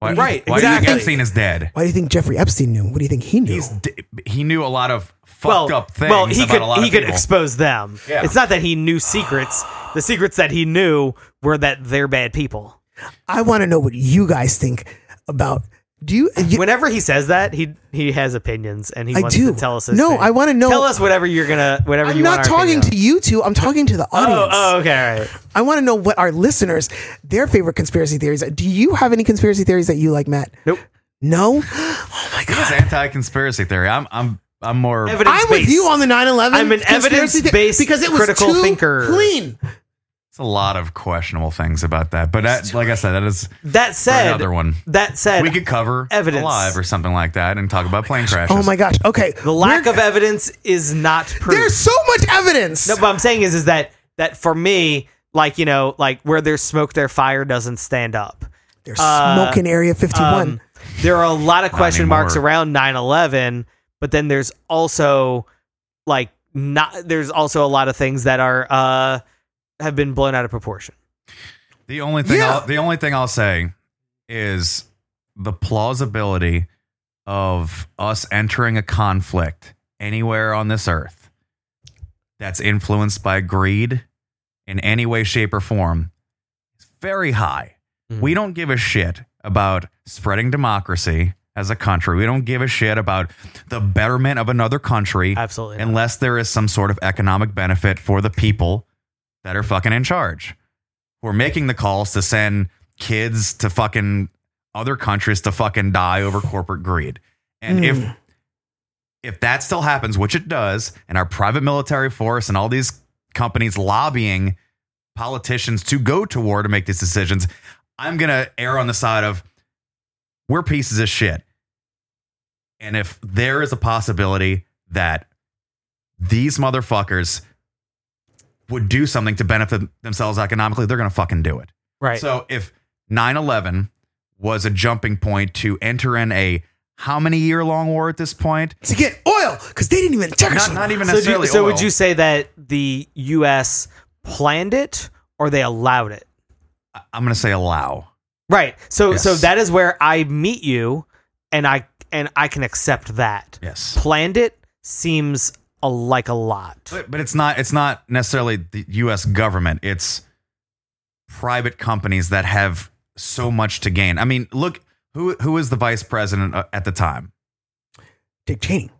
S3: Why,
S1: Right,
S3: Why do
S1: exactly.
S3: you think Epstein is dead?
S2: Why do you think Jeffrey Epstein knew? What do you think he knew?
S3: He's d- he knew a lot of fucked
S1: well,
S3: up things
S1: well, he
S3: about
S1: could
S3: a lot
S1: he
S3: of
S1: could
S3: people.
S1: expose them.
S3: Yeah.
S1: It's not that he knew secrets. The secrets that he knew were that they're bad people.
S2: I want to know what you guys think about. Do you? you-
S1: Whenever he says that, he he has opinions and he
S2: I
S1: wants
S2: do.
S1: to tell us. His
S2: No, I wanna
S1: to
S2: know-
S1: Tell us whatever you're gonna. Whatever
S2: I'm
S1: you want
S2: not
S1: our
S2: talking
S1: opinion
S2: to you two. I'm talking to the
S1: on.
S2: audience.
S1: Oh, oh, okay, all right.
S2: I want to know what our listeners, their favorite conspiracy theories. are. Do you have any conspiracy theories that you like, Matt?
S1: Nope.
S2: No. Oh my
S3: He's
S2: god.
S3: anti-conspiracy theory. I'm I'm I'm more.
S1: Evidence
S2: I'm with you on the 9/11.
S1: I'm an
S2: conspiracy theory
S1: evidence-based
S2: because it was
S1: critical
S2: too
S1: thinker.
S2: Clean.
S3: It's a lot of questionable things about that, but that, like I said, that is
S1: That said,
S3: another one.
S1: That said,
S3: we could cover
S1: Evidence.
S3: alive or something like that and talk about plane crashes.
S2: Oh my gosh. Okay.
S1: the lack of evidence is not proof.
S2: There's so much evidence.
S1: no, but I'm saying is is that that for me, like you know, like where there's smoke, there fire doesn't stand up.
S2: They're smoking Area 51.
S1: Uh, Um, there are a lot of question marks
S3: anymore.
S1: around 9/11, but then there's also like not there's also a lot of things that are uh have been blown out of proportion.
S3: The only thing
S2: Yeah.
S3: I'll, the only thing I'll say is the plausibility of us entering a conflict anywhere on this earth that's influenced by greed in any way shape or form is very high.
S1: Mhm.
S3: We don't give a shit about spreading democracy as a country. We don't give a shit about the betterment of another country
S1: Absolutely. not.
S3: unless there is some sort of economic benefit for the people that are fucking in charge who are making the calls to send kids to fucking other countries to fucking die over corporate greed. And if if that still happens, which it does, and our private military force and all these companies lobbying politicians to go to war to make these decisions, I'm going to err on the side of we're pieces of shit. And if there is a possibility that these motherfuckers would do something to benefit themselves economically, they're going to fucking do it.
S1: right.
S3: So if 9 11 was a jumping point to enter in a how many year long war at this point?
S2: to get oil because they didn't even check us.
S3: Not, not even
S1: so, do you-
S3: necessarily.
S1: so
S3: oil.
S1: would you say that the U.S. planned it or they allowed it?
S3: I- I'm going to say allow.
S1: Right. So so
S3: Yes.
S1: that is where I meet you, and I and I can accept that.
S3: Yes.
S1: Planned it seems a, like a lot.
S3: But, but it's not it's not necessarily the US government. It's private companies that have so much to gain. I mean, look who who is the vice president uh, at the time?
S1: e-
S2: Dick Cheney.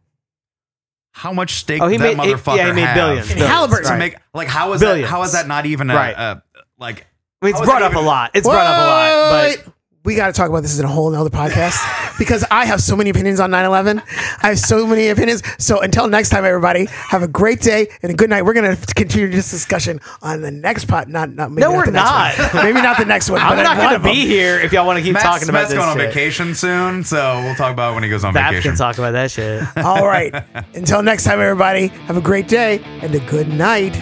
S3: How much stake
S1: Oh, he
S3: did that
S1: made it-
S3: motherfucker
S1: yeah, he made
S3: have
S1: billions.
S2: And
S1: billions,
S2: Halliburton.
S1: right.
S3: to make like how is that
S1: Billions.
S3: how is that not even a,
S1: Right.
S3: a like
S1: I mean, it's
S3: How is
S1: brought
S3: it
S1: up a
S3: even-
S1: lot. It's brought up a lot, but
S2: Wait. we got to talk about this in a whole nother podcast because I have so many opinions on 9 11. I have so many opinions. So until next time, everybody, have a great day and a good night. We're going to continue this discussion on the next pot. Not, not, maybe
S1: No,
S2: not
S1: we're
S2: the next
S1: not.
S2: one. maybe not the next one.
S1: I'm
S2: but
S1: not
S2: one
S1: going
S2: of
S1: to be
S2: them.
S1: here if y'all want to keep
S3: Matt's,
S1: talking about
S3: Matt's
S1: this.
S3: going on
S1: shit.
S3: vacation soon, so we'll talk about it when he goes on
S1: Bap
S3: vacation.
S1: can talk about that shit.
S2: All right. Until next time, everybody, have a great day and a good night.